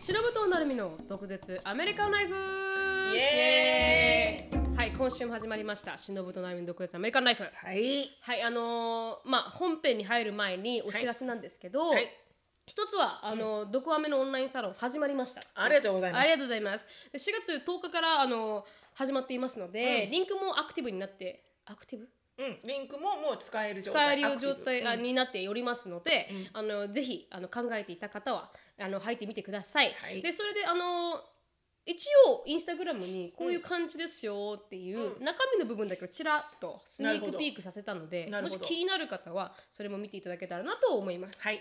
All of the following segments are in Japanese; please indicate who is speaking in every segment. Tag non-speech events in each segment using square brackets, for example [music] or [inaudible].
Speaker 1: しのぶとなるみの独舌アメリカンライフ
Speaker 2: イエーイ
Speaker 1: はい今週も始まりましたしのぶとなるみの独舌アメリカンライフ
Speaker 2: はい
Speaker 1: はいあのーまあ本編に入る前にお知らせなんですけど、
Speaker 2: はい
Speaker 1: 一つはあの、ドクアメのオンラインサロン始まりました
Speaker 2: ありがとうございます
Speaker 1: ありがとうございますで4月10日からあの始まっていますので、リンクもアクティブになってアクティブ
Speaker 2: うんリンクももう使える状
Speaker 1: 使え
Speaker 2: 態
Speaker 1: るよう状態あ
Speaker 2: アクティブ
Speaker 1: になっておりますので、
Speaker 2: うん
Speaker 1: あのぜひあの考えていた方はあの入ってみてください。
Speaker 2: はい
Speaker 1: でそれであの一応インスタグラムにこういう感じですよっていう
Speaker 2: うん
Speaker 1: 中身の部分だけをちらっとスニ
Speaker 2: なるほ
Speaker 1: ーク
Speaker 2: ど
Speaker 1: ピークさせたので
Speaker 2: なる
Speaker 1: も
Speaker 2: ほ
Speaker 1: し
Speaker 2: ど
Speaker 1: 気になる方はそれも見ていただけたらなと思います。
Speaker 2: はい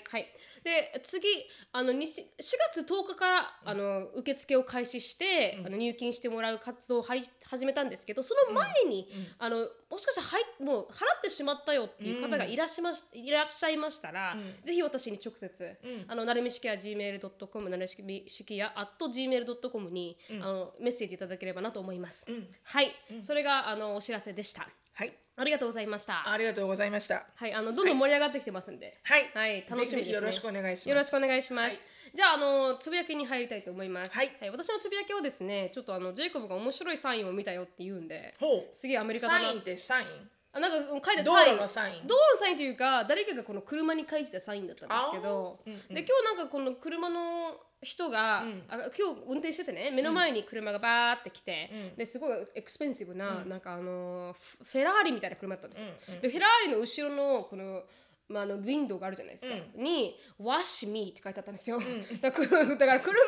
Speaker 1: で次あのにし4月10日からあの受付を開始して、
Speaker 2: うん
Speaker 1: あの入金してもらう活動をはい始めたんですけどその前に、
Speaker 2: うんうん
Speaker 1: あのもしかしたらはいもう払ってしまったよっていう方がいらっしゃいまし,、いらっしゃいましたら、
Speaker 2: うん
Speaker 1: ぜひ私に直接、
Speaker 2: うん
Speaker 1: あのなるみしきや gmail.com なるみしきや at gmail.com に、
Speaker 2: うん
Speaker 1: あのメッセージいただければなと思います。
Speaker 2: うん
Speaker 1: はい、
Speaker 2: うん
Speaker 1: それがあのお知らせでした。
Speaker 2: はい
Speaker 1: ありがとうございました。
Speaker 2: ありがとうございました
Speaker 1: はい、あのどんどん盛り上がってきてますんで。
Speaker 2: はい
Speaker 1: はい、楽しみです、ね。
Speaker 2: ぜひぜひよろしくお願いします
Speaker 1: よろしくお願いします。
Speaker 2: はい
Speaker 1: じゃあ、あのつぶやきに入りたいと思います。
Speaker 2: はい
Speaker 1: 私のつぶやきをですね、ちょっとあのジェイコブが面白いサインを見たよって言うんで。
Speaker 2: ほう
Speaker 1: すげえアメリカだ
Speaker 2: サイン
Speaker 1: な
Speaker 2: っ。てサイン
Speaker 1: あ、なんかうん書いて
Speaker 2: 道
Speaker 1: サイン。
Speaker 2: 路のサイン
Speaker 1: 道路のサインというか、誰かがこの車に書いてたサインだったんですけど。
Speaker 2: あーうんうん
Speaker 1: で、今日なんかこの車の。人が、
Speaker 2: うん
Speaker 1: あ今日運転しててね目の前に車がバーって来て、
Speaker 2: うん
Speaker 1: ですごいエクスペンシブな、
Speaker 2: うん
Speaker 1: なんかあのフフェラーリみたいな車だったんですよ、
Speaker 2: うんうん
Speaker 1: でフェラーリの後ろのこの,、まあ、あのウィンドウがあるじゃないですか、に「Wash me」って書いてあったんですよ、 [laughs] だからだから車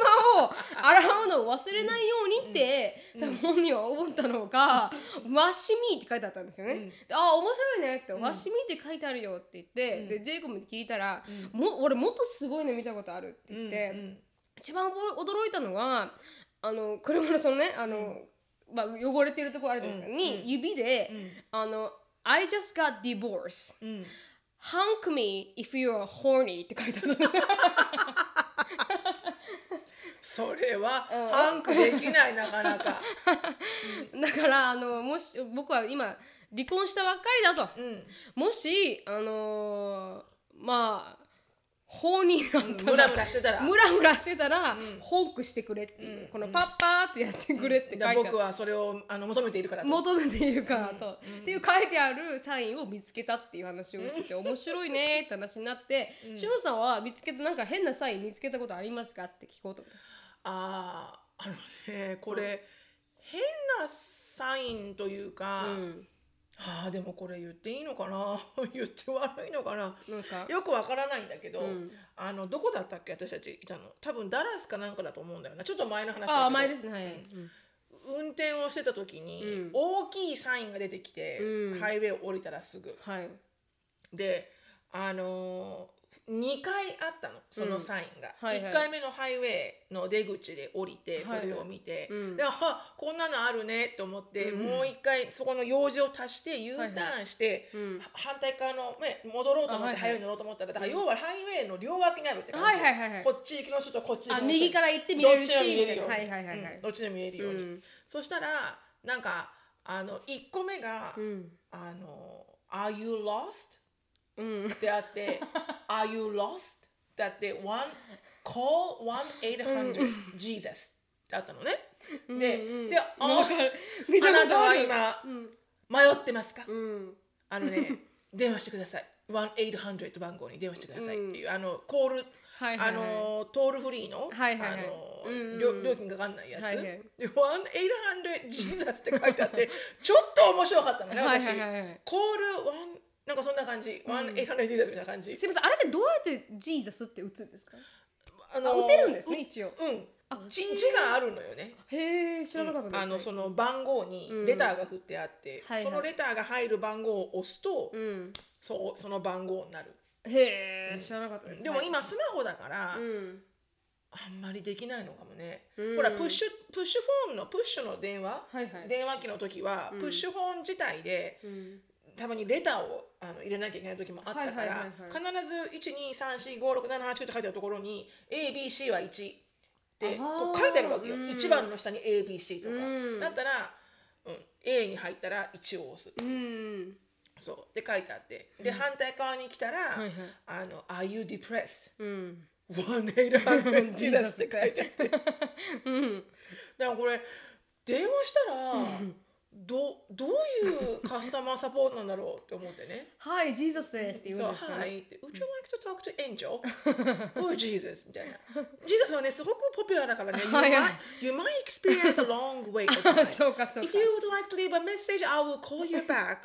Speaker 1: を洗うのを忘れないようにって、多分本人は思ったのが「Wash me」って書いてあったんですよね、
Speaker 2: うん
Speaker 1: でああ面白いねって「Wash me」って書いてあるよって言って、
Speaker 2: うん
Speaker 1: でジェイコムに聞いたら、
Speaker 2: う
Speaker 1: も俺もっとすごいの見たことあるって言って、
Speaker 2: うんうん
Speaker 1: 一番驚いたのはあの車のそのねあの、まあ、汚れてるところあるじゃないですか、
Speaker 2: うんうん
Speaker 1: に指で、
Speaker 2: うん
Speaker 1: あの「I just got divorced
Speaker 2: うん
Speaker 1: hunk me if you're horny」って書いてある
Speaker 2: それは
Speaker 1: うん
Speaker 2: ハンクできないなかな
Speaker 1: [laughs]
Speaker 2: か
Speaker 1: だからあのもし僕は今離婚したばっかりだと
Speaker 2: うん
Speaker 1: もしあのーまあ法になった
Speaker 2: ムラムラしてた
Speaker 1: [laughs]
Speaker 2: ら
Speaker 1: ムラムラしてたら、
Speaker 2: ん
Speaker 1: ホークしてくれっていう、
Speaker 2: うん
Speaker 1: このパッパーってやってくれって書いてある、
Speaker 2: 僕はそれをあの求めているからと
Speaker 1: 求めているからと、っていう書いてあるサインを見つけたっていう話をしてて、面白いねって話になって、しのさんは見つけてなんか変なサイン見つけたことありますかって聞こうと思って
Speaker 2: あーあのねこれ、変なサインというか、
Speaker 1: うん、
Speaker 2: あーでもこれ言っていいのかな [laughs] 言って悪いのかな
Speaker 1: なんか
Speaker 2: よくわからないんだけど、
Speaker 1: うん
Speaker 2: あのどこだったっけ私たちいたの多分ダラスかなんかだと思うんだよなちょっと前の話だけど
Speaker 1: あ甘いですねはい、うん
Speaker 2: 運転をしてた時に、
Speaker 1: うん
Speaker 2: 大きいサインが出てきて、
Speaker 1: うん
Speaker 2: ハイウェイを降りたらすぐ
Speaker 1: はい
Speaker 2: であのー、2回あったのそのサインが、
Speaker 1: うんはいはい
Speaker 2: 1回目のハイウェイの出口で降り
Speaker 1: はい
Speaker 2: て
Speaker 1: は
Speaker 2: そ
Speaker 1: い
Speaker 2: れを見て、
Speaker 1: うん
Speaker 2: であこんなのあるねと思って、
Speaker 1: うん
Speaker 2: もう1回そこの用事を足して U ターンして、
Speaker 1: うん
Speaker 2: は反対側の、ね、戻ろうと思
Speaker 1: あはい
Speaker 2: っ
Speaker 1: はい
Speaker 2: てハイウェイに乗ろうと思ったらだから要はハイウェイの両脇にあるって感じ、
Speaker 1: はいはいはいはい
Speaker 2: こっち行きの人とこっち行きの
Speaker 1: あ
Speaker 2: 人
Speaker 1: 右から行って見
Speaker 2: ど
Speaker 1: れ
Speaker 2: っ
Speaker 1: る
Speaker 2: ち
Speaker 1: し
Speaker 2: でも見えるよう
Speaker 1: み
Speaker 2: に
Speaker 1: たいなはいはいはいは
Speaker 2: うん
Speaker 1: い
Speaker 2: どっちでも見える
Speaker 1: う
Speaker 2: ように、
Speaker 1: ん
Speaker 2: そしたらなんかあの1個目が「
Speaker 1: うん
Speaker 2: あの Are you lost?」
Speaker 1: うん
Speaker 2: って
Speaker 1: [laughs]
Speaker 2: あって「Are you lost?」だって「one call 1-800 Jesus」だったのね。で、で、あ
Speaker 1: なんか見
Speaker 2: あ
Speaker 1: た
Speaker 2: なた
Speaker 1: ことあ
Speaker 2: は
Speaker 1: る
Speaker 2: 今
Speaker 1: うん
Speaker 2: 迷ってますか、
Speaker 1: うん
Speaker 2: あのね [laughs] 電話してください。1-800番号に電話してくださいっていう、あのコール、
Speaker 1: はいはいはい
Speaker 2: あのトールフリーの、
Speaker 1: はいはいはい
Speaker 2: あの、
Speaker 1: うんうん
Speaker 2: 料料金かかんないやつ、
Speaker 1: はいはい
Speaker 2: で 1-800Jesus って書いてあって [laughs] ちょっと面白かったのね
Speaker 1: はい
Speaker 2: 私、
Speaker 1: はいはいはい
Speaker 2: コールワンなんかそんな感じ、ワンエイハンドジーザスみたいな感じ。
Speaker 1: すみませんあれってどうやってジーザスって打つんですか
Speaker 2: あ
Speaker 1: あ打てるんですね一応
Speaker 2: ううん。字字があるのよね。
Speaker 1: へえ知らなかったです、
Speaker 2: あのその番号にレターが振ってあって、
Speaker 1: はいはい
Speaker 2: そのレターが入る番号を押すと、
Speaker 1: うん
Speaker 2: そうその番号になる。
Speaker 1: へえ知らなかったです
Speaker 2: でも
Speaker 1: はい
Speaker 2: 今スマホだから、
Speaker 1: うん
Speaker 2: あんまりできないのかもね。
Speaker 1: うん
Speaker 2: ほらプッシュプッシュフォンのプッシュの電話、
Speaker 1: はいはい
Speaker 2: 電話機の時は、
Speaker 1: うん
Speaker 2: プッシュフォン自体で。
Speaker 1: うん
Speaker 2: たまにレターをあの入れなきゃいけない時もあったか
Speaker 1: はいはい
Speaker 2: ら、必ず123456789って書いてあるところに ABC は1ってこ
Speaker 1: あー
Speaker 2: う書いてあるわけよ、
Speaker 1: うん
Speaker 2: 1番の下に ABC とか、
Speaker 1: うん
Speaker 2: だったら、うん、A に入ったら1を押す
Speaker 1: うん
Speaker 2: そうって書いてあってで、反対側に来たら「
Speaker 1: はいはい
Speaker 2: あの Are you depressed?」
Speaker 1: うん
Speaker 2: 「 1-800 Jesus って書
Speaker 1: [laughs]
Speaker 2: いてあってだか
Speaker 1: うん
Speaker 2: らこれ電話したらどどういうカスタマーサポートなんだろうって思ってね
Speaker 1: はい、ジーザスです [laughs] って言
Speaker 2: そうう、
Speaker 1: んですか
Speaker 2: は
Speaker 1: ね。
Speaker 2: い。って Would you like to talk to Angel?
Speaker 1: [laughs]
Speaker 2: [laughs] or Jesus? みたいな。Jesus はね、すごくポピュラーだからね。You
Speaker 1: はい
Speaker 2: might,
Speaker 1: はい
Speaker 2: you might experience a long wait of time.
Speaker 1: [laughs] そうかそうか
Speaker 2: If you would like to leave a message, I will call you back.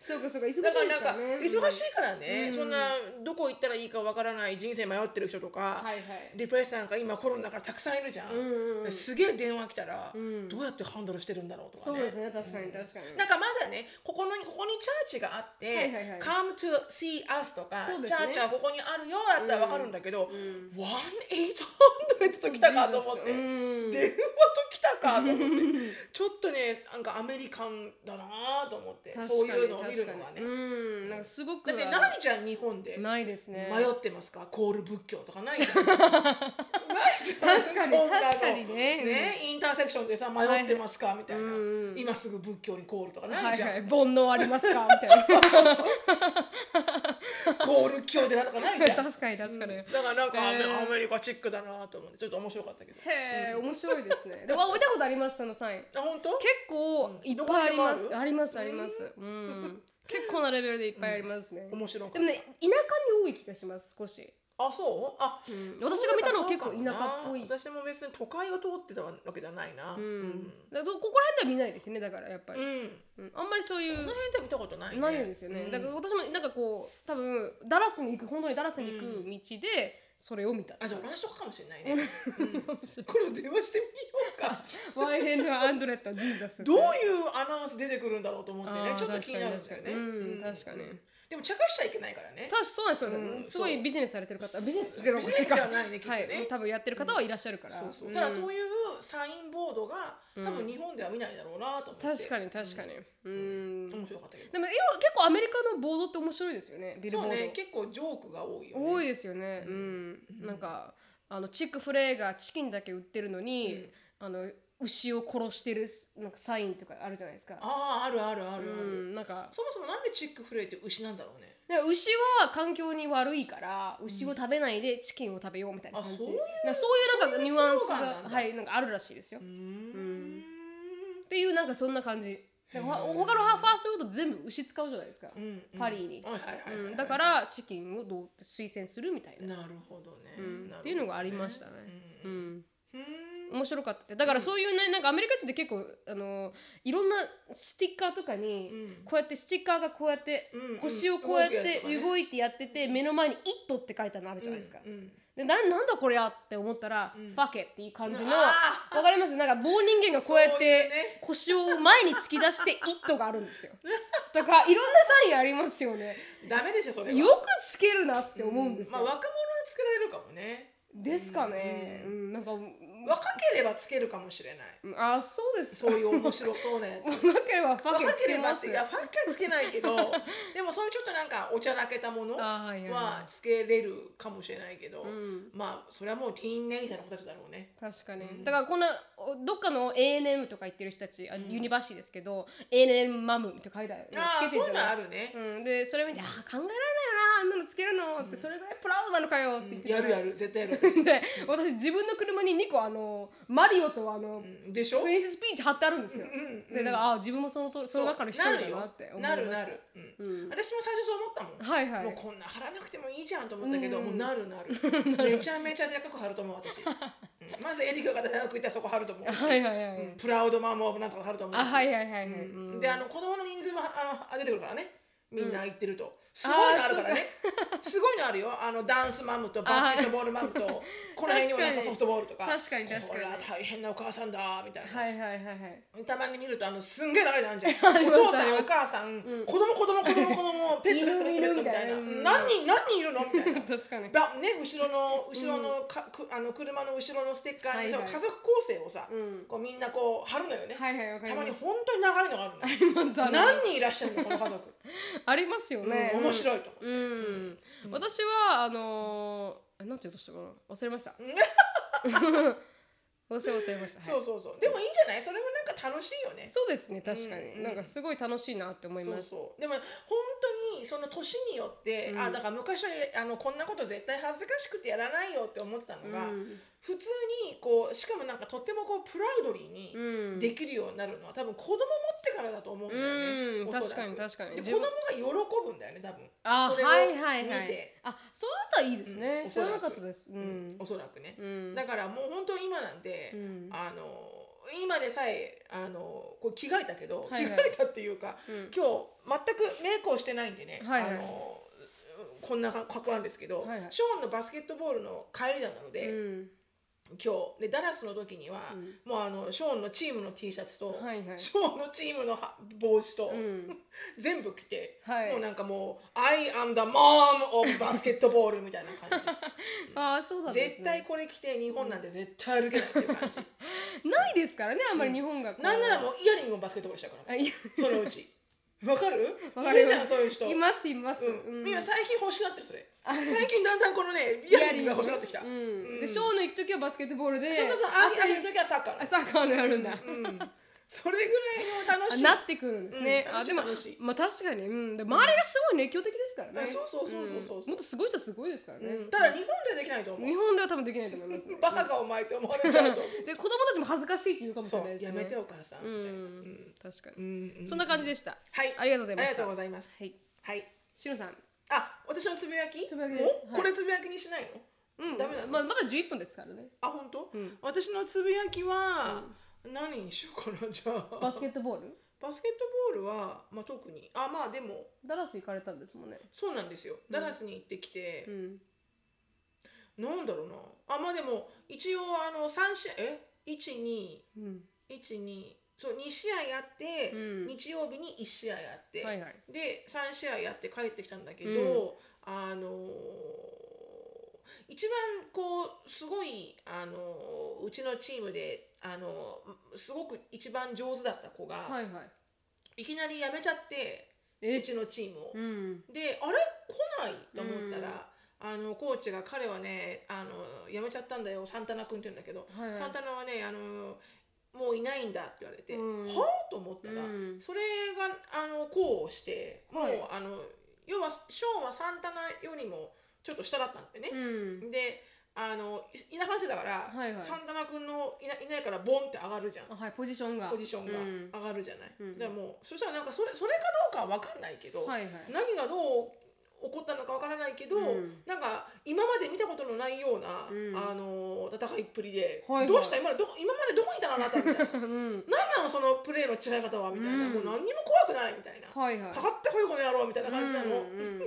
Speaker 1: そうかそうか、忙しいで
Speaker 2: だ
Speaker 1: す
Speaker 2: から
Speaker 1: か
Speaker 2: な
Speaker 1: ら
Speaker 2: んか、
Speaker 1: ね。
Speaker 2: 忙しいからね、
Speaker 1: うん
Speaker 2: そんな、どこ行ったらいいかわからない人生迷ってる人とか、
Speaker 1: はいはい。
Speaker 2: リプレイスなんか今コロナだからたくさんいるじゃん。
Speaker 1: うんうん
Speaker 2: すげえ電話来たら、
Speaker 1: ん
Speaker 2: どうやってハンドルしてるんだろうとかね。
Speaker 1: そうですね、確かに確かに。
Speaker 2: なんかまだねここのここにチャーチがあって「
Speaker 1: はいはいはい
Speaker 2: Come to see us」とか、
Speaker 1: そうで
Speaker 2: チ
Speaker 1: すね
Speaker 2: ャーチはここにあるよ」だったらわかるんだけど「1-800」と来たかと思って、
Speaker 1: うん
Speaker 2: 電話と来たかと思ってちょっとねなんかアメリカンだなと思って
Speaker 1: 確か
Speaker 2: そう
Speaker 1: に
Speaker 2: いうのを見る
Speaker 1: 確
Speaker 2: の
Speaker 1: かに。
Speaker 2: がね。
Speaker 1: うん、なんかすごく
Speaker 2: だってないじゃん日本で。
Speaker 1: ないですね。
Speaker 2: 迷ってますかコール仏教とかないじゃん
Speaker 1: [laughs]
Speaker 2: ないじゃん
Speaker 1: 確かに
Speaker 2: そんなの
Speaker 1: 確かにね
Speaker 2: インターセクションでさ迷ってますかみたいな、
Speaker 1: うんうん
Speaker 2: 今すぐ仏教にコールとかな
Speaker 1: はいい
Speaker 2: じゃん、
Speaker 1: はい、煩悩ありますかみたいな。
Speaker 2: コール教寺とかないじ
Speaker 1: [laughs]
Speaker 2: ゃん。だか
Speaker 1: 確かに確かに。へ
Speaker 2: らなんかアメ,、
Speaker 1: えー
Speaker 2: アメリカチックだなと思ってちょっと面白かったけど。
Speaker 1: え、面白いです [laughs] ね。でも、あ見たことあります、そのサイン。
Speaker 2: あ本当？
Speaker 1: 結構いっぱいありま
Speaker 2: どこに
Speaker 1: す。
Speaker 2: も
Speaker 1: ありますあります。うん。結構なレベルでいっぱいありますね。
Speaker 2: 面白かっ
Speaker 1: で
Speaker 2: た。
Speaker 1: もね、田舎に多い気がします、少し。
Speaker 2: あそう？あ、
Speaker 1: うん私が見たのは結構
Speaker 2: そうか
Speaker 1: 田舎っぽい
Speaker 2: そうかな私も別に都会を通ってたわけじゃないな。う
Speaker 1: うん。だからここら辺では見ないですよね、だからやっぱ
Speaker 2: うん。
Speaker 1: り。うんあんまりそういう。
Speaker 2: この辺では見たことないね。
Speaker 1: ないんですよね、
Speaker 2: うん
Speaker 1: だから私もなんかこう多分ダラスに行く本当にダラスに行く道でそれを見た、
Speaker 2: あじゃあ同じとこかもしれないね。うんこれ電話してみよう
Speaker 1: [laughs]
Speaker 2: か。
Speaker 1: ワイヘンアンドレットジーザス
Speaker 2: どういうアナウンス出てくるんだろうと思ってね
Speaker 1: あー、
Speaker 2: ちょっと気になるんだよ
Speaker 1: 確か
Speaker 2: ね。
Speaker 1: にうん
Speaker 2: うん
Speaker 1: 確かに
Speaker 2: でも着火しちゃいけないからね。
Speaker 1: 確かそうなんですよ、
Speaker 2: うん
Speaker 1: すご
Speaker 2: そ
Speaker 1: いうビジネスされてる方ビジネスっ
Speaker 2: そう
Speaker 1: ていうのもおかしいか
Speaker 2: ビジネスではないねきっとね
Speaker 1: はい、多分やってる方はいらっしゃるから、
Speaker 2: そうそう
Speaker 1: うん
Speaker 2: ただそういうサインボードが多
Speaker 1: うん
Speaker 2: 分日本では見ないだろうなと思って、
Speaker 1: 確かに確かにうん、
Speaker 2: 面白かったけど
Speaker 1: でも今結構アメリカのボードって面白いですよねビルボ
Speaker 2: そ
Speaker 1: ー
Speaker 2: う
Speaker 1: ド、
Speaker 2: ね結構ジョークが多いよね
Speaker 1: 多いですよねうん、なんかあのチックフレーがチキンだけ売ってるのに、あの牛を殺してるなんかサインとかあるじゃないですか
Speaker 2: あああるあるあるあ
Speaker 1: う
Speaker 2: る、
Speaker 1: ん、なんか
Speaker 2: そもそもなんでチックフレイって牛なんだろうね
Speaker 1: なんか牛は環境に悪いから牛を食べないでチキンを食べようみたいな感じ、
Speaker 2: あそういう
Speaker 1: なんかそういうなんかニュアンス
Speaker 2: そういうスローガンな
Speaker 1: が
Speaker 2: んだ
Speaker 1: はいなんかあるらしいですよ、
Speaker 2: うーん
Speaker 1: っていうなんかそんな感じなんかほ他のファーストフード全部牛使うじゃないですか、
Speaker 2: うん
Speaker 1: パリに
Speaker 2: はいはいはい、
Speaker 1: うん、だからチキンをどうって推薦するみたいな、
Speaker 2: なるほどね、
Speaker 1: うん
Speaker 2: なるほどね
Speaker 1: っていうのがありましたね、うん
Speaker 2: うん
Speaker 1: 面白かったってだからそういうね、なんかアメリカ人って結構あのいろんなスティッカーとかに、
Speaker 2: うん
Speaker 1: こうやってスティッカーがこうやって、
Speaker 2: うんうん
Speaker 1: 腰をこうやっ
Speaker 2: 動くや
Speaker 1: て
Speaker 2: つとかね
Speaker 1: 動いてやってて、目の前に「イット」って書いたのあるじゃないですか、
Speaker 2: うんうん
Speaker 1: でななんだこれやって思ったら「ファケ」っていう感じのわ
Speaker 2: あ
Speaker 1: かりますなんか棒人間がこうやっ
Speaker 2: そうい
Speaker 1: て
Speaker 2: うね
Speaker 1: 腰を前に突き出して「イット」があるんですよとかいろんなサインありますよね
Speaker 2: ダメでしょそれは
Speaker 1: よくつけるなって思うんです
Speaker 2: ま
Speaker 1: よ、
Speaker 2: あ若者はつけられるかもね
Speaker 1: ですかね、うんなんかうん
Speaker 2: 若ければつけるかもしれない
Speaker 1: あそうです
Speaker 2: そういう面白そうなやつ
Speaker 1: [laughs] なければファケ
Speaker 2: 若
Speaker 1: つ
Speaker 2: け
Speaker 1: け
Speaker 2: れば
Speaker 1: ま
Speaker 2: っ
Speaker 1: す
Speaker 2: ていやファッキャつけない
Speaker 1: [laughs]
Speaker 2: けどでもそういうちょっとなんかおちゃらけたもの
Speaker 1: あはいはいはい
Speaker 2: はつけれるかもしれないけど、
Speaker 1: ん
Speaker 2: まあそれはもうティーンネイジャーの子たちだろうね。
Speaker 1: 確かに、だからこんなおどっかの ANM とか言ってる人たち、あユニバーシティですけど ANM マムって書いてある
Speaker 2: ああ
Speaker 1: つけて
Speaker 2: そ
Speaker 1: るじ
Speaker 2: うい
Speaker 1: ゃ
Speaker 2: う
Speaker 1: な
Speaker 2: の
Speaker 1: いですか
Speaker 2: あるね。
Speaker 1: うん、でそれ見て「ああ考えられないよなあんなのつけるの」って、それぐらいプラウドなのかよって言って
Speaker 2: やるやる絶対やる。
Speaker 1: るで私自分の車に2個あのマリオとあの、
Speaker 2: でしょ
Speaker 1: プリンセスピーチ貼ってあるんですよ、でだからああ自分もそのとその中の一人
Speaker 2: な
Speaker 1: だ
Speaker 2: るよ
Speaker 1: なって思いま
Speaker 2: な
Speaker 1: した
Speaker 2: るなる、うん私も最初そう思ったもん。
Speaker 1: はいはい
Speaker 2: もうこんな貼らなくてもいいじゃんと思ったけど、もうなる
Speaker 1: [laughs]
Speaker 2: なるめちゃめちゃでかく貼ると思う私、うんまずエリカが大学行ったらそこ貼ると思うし
Speaker 1: はいはいはい、
Speaker 2: プラウドマムオブなんとか貼ると思うし
Speaker 1: あはいはいはいはい、うん
Speaker 2: であの子供の人数もあの出てくるからねみんな行ってると、すごいのあるからねすごいのあるよあのダンスマムとバスケットボールマムとこの辺にもな
Speaker 1: 確か
Speaker 2: んか
Speaker 1: に
Speaker 2: ソフトボールとか
Speaker 1: 確かに確かに
Speaker 2: これは大変なお母さんだみたいな、
Speaker 1: はいはいはいはい
Speaker 2: たまに見るとあのすんげえ長いのあるじゃん
Speaker 1: り
Speaker 2: お
Speaker 1: ます
Speaker 2: 父さんお母さん、子供子供子供子供ペットペットペットペットみたいな
Speaker 1: 犬犬みたいな
Speaker 2: 何人何人いるのみたいな
Speaker 1: 確かに
Speaker 2: ばね、後ろの後ろのか、くあの車の後ろのステッカーにさ、
Speaker 1: はいはい
Speaker 2: 家族構成をさ、
Speaker 1: うん
Speaker 2: こうみんなこう貼るのよね、
Speaker 1: はいはいわかり
Speaker 2: た
Speaker 1: ま
Speaker 2: ますに本当に長いのがあるのよ
Speaker 1: ますあります
Speaker 2: 何人いらっしゃるのこの家族
Speaker 1: ありますよね、
Speaker 2: 面白いと思う
Speaker 1: うん、私はあのー、えなんて言うとしたかな忘れました [laughs] 私は忘れました、はい、
Speaker 2: そうそうそうでもいいんじゃないそれもなんか楽しいよね
Speaker 1: そうですね確かに、
Speaker 2: うんうん
Speaker 1: なんかすごい楽しいなって思い
Speaker 2: そ
Speaker 1: ま
Speaker 2: う
Speaker 1: す
Speaker 2: そうでも本にその年によって、
Speaker 1: うん
Speaker 2: あだから昔はあのこんなこと絶対恥ずかしくてやらないよって思ってたのが、
Speaker 1: うん
Speaker 2: 普通にこうしかもなんかとってもこうプラウドリーに
Speaker 1: うん
Speaker 2: できるようになるのは多分子供持ってからだと思うんだよね。
Speaker 1: うん
Speaker 2: おそら
Speaker 1: 確かに
Speaker 2: く
Speaker 1: 確かに
Speaker 2: で子
Speaker 1: 自
Speaker 2: 供
Speaker 1: 分
Speaker 2: が喜ぶんだよね多分。
Speaker 1: あ
Speaker 2: それを
Speaker 1: はいはいは
Speaker 2: 見
Speaker 1: い
Speaker 2: て
Speaker 1: あそうだったらいいですね、
Speaker 2: うん
Speaker 1: 知らなかったですう
Speaker 2: うん
Speaker 1: ん
Speaker 2: おそらくね。
Speaker 1: うん
Speaker 2: だからもう本当に今なんで、
Speaker 1: うん
Speaker 2: あの今でさえあのこう着替えたけど、
Speaker 1: はいはい
Speaker 2: 着替えたっていうか
Speaker 1: うん
Speaker 2: 今日全くメイクをしてないんでね、
Speaker 1: はいはい
Speaker 2: あのこんな格好なんですけど、
Speaker 1: はいはい
Speaker 2: ショーンのバスケットボールの帰りなので、
Speaker 1: うん
Speaker 2: 今日でダラスの時には、もうあのショーンのチームの T シャツと、
Speaker 1: はいはい
Speaker 2: ショーンのチームのは帽子と、
Speaker 1: うん
Speaker 2: 全部着て、
Speaker 1: はい
Speaker 2: もうなんかもう「I am the mom of バスケットボール」みたいな感じ。
Speaker 1: あ [laughs] そうだったんです
Speaker 2: 絶
Speaker 1: ね
Speaker 2: 対これ着て日本なんて絶対歩けないっていう感じ、
Speaker 1: ないですからねあんまり日本がこう
Speaker 2: なんならもうイヤリングもバスケットボールしたから
Speaker 1: あいや
Speaker 2: そのうち [laughs] わかる
Speaker 1: わか
Speaker 2: い
Speaker 1: り
Speaker 2: るじ
Speaker 1: ま
Speaker 2: ゃんそういう人
Speaker 1: いますいます、
Speaker 2: う、
Speaker 1: うんん
Speaker 2: みんな最近欲しくなってるそれ最近だんだんこのねイヤリングが欲しくなってきた、
Speaker 1: うん
Speaker 2: うん
Speaker 1: でショーの行く時はバスケットボールで
Speaker 2: そうそうそう
Speaker 1: 足
Speaker 2: アジアの時はサッカー
Speaker 1: あ
Speaker 2: な
Speaker 1: サッカーのやるんだ、
Speaker 2: のうん、それぐらいの楽
Speaker 1: あ
Speaker 2: しい
Speaker 1: なってくるんですね、
Speaker 2: うん
Speaker 1: あ
Speaker 2: 楽し
Speaker 1: で
Speaker 2: い
Speaker 1: も
Speaker 2: 楽しい
Speaker 1: まあ確かに、うん、で周りがすごい熱狂的ですからね、
Speaker 2: あそうそうそうそうそうそうん
Speaker 1: もっとすごい人はすごいですからね、
Speaker 2: うんただ日本ではできないと思う
Speaker 1: 日本では多分できないと思います、ね、
Speaker 2: バカかお前って思われちゃ
Speaker 1: [laughs]
Speaker 2: うと思う
Speaker 1: で子供たちも恥ずかしいって言うかもしれない
Speaker 2: そう
Speaker 1: ですね
Speaker 2: やめてお母さんみ
Speaker 1: う
Speaker 2: たいな、
Speaker 1: ん確かに、
Speaker 2: うんうん
Speaker 1: そんな感じでした
Speaker 2: はい
Speaker 1: ありがとうございました
Speaker 2: ありがとうございます
Speaker 1: はい
Speaker 2: はい
Speaker 1: しのさん
Speaker 2: あ、私のつぶやき
Speaker 1: つぶやきです
Speaker 2: お
Speaker 1: はい
Speaker 2: これつぶやきにしないの
Speaker 1: うん
Speaker 2: ダメなの
Speaker 1: まあ、まだ11分ですからね
Speaker 2: あ、本当、
Speaker 1: ん
Speaker 2: 私のつぶやきは、何にしようかな、じゃあ。
Speaker 1: バスケットボール
Speaker 2: バスケットボールは、まあ、特に。あ、まあでも、
Speaker 1: ダラス行かれたんですもんね
Speaker 2: そうなんですよ。ダラスに行ってきて
Speaker 1: う、ん
Speaker 2: なんだろうな。あ、まあでも、一応、あの、三試合、え ?1、2、
Speaker 1: うん
Speaker 2: 1、2、そう、2試合やって、
Speaker 1: うん
Speaker 2: 日曜日に1試合やって、
Speaker 1: はいはい
Speaker 2: で、3試合やって帰ってきたんだけど、あのー一番こうすごいあのーうちのチームであのーすごく一番上手だった子が、
Speaker 1: はいはい
Speaker 2: い、きなり辞めちゃってう
Speaker 1: え
Speaker 2: ちのチームを。
Speaker 1: うん
Speaker 2: であれ来ないと思ったら、あのコーチが彼はねあの辞めちゃったんだよサンタナ君って言うんだけど、
Speaker 1: はいはい
Speaker 2: サンタナはねあのもういないんだって言われて、
Speaker 1: うん
Speaker 2: はあと思ったら、
Speaker 1: うん
Speaker 2: それがあの功をして、
Speaker 1: はい
Speaker 2: もうあの要はショーンはサンタナよりもちょっと下だったんでね
Speaker 1: う、ん
Speaker 2: であのいいなくなっちゃったから、
Speaker 1: はいはい
Speaker 2: サンタナ君のいないないからボンって上がるじゃん
Speaker 1: あはいポジションが
Speaker 2: ポジショ
Speaker 1: う
Speaker 2: ン
Speaker 1: ん
Speaker 2: が上がるじゃない、
Speaker 1: うん
Speaker 2: だからもうそしたらなんかそれそれかどうかは分かんないけど、
Speaker 1: はいはい
Speaker 2: 何がどう起こったのかわからないけど、
Speaker 1: うん
Speaker 2: なんか今まで見たことのないような、
Speaker 1: うん
Speaker 2: あの戦いっぷりで、
Speaker 1: はいはい
Speaker 2: どうした今ど今までどこにいたのあなたみたいな
Speaker 1: うん
Speaker 2: 何なのそのプレーの違い方はみたいな、
Speaker 1: うん
Speaker 2: もう何にも怖くないみたいな、
Speaker 1: はいはい
Speaker 2: かかってこいこの野郎みたいな感じな
Speaker 1: うんう
Speaker 2: の、
Speaker 1: ん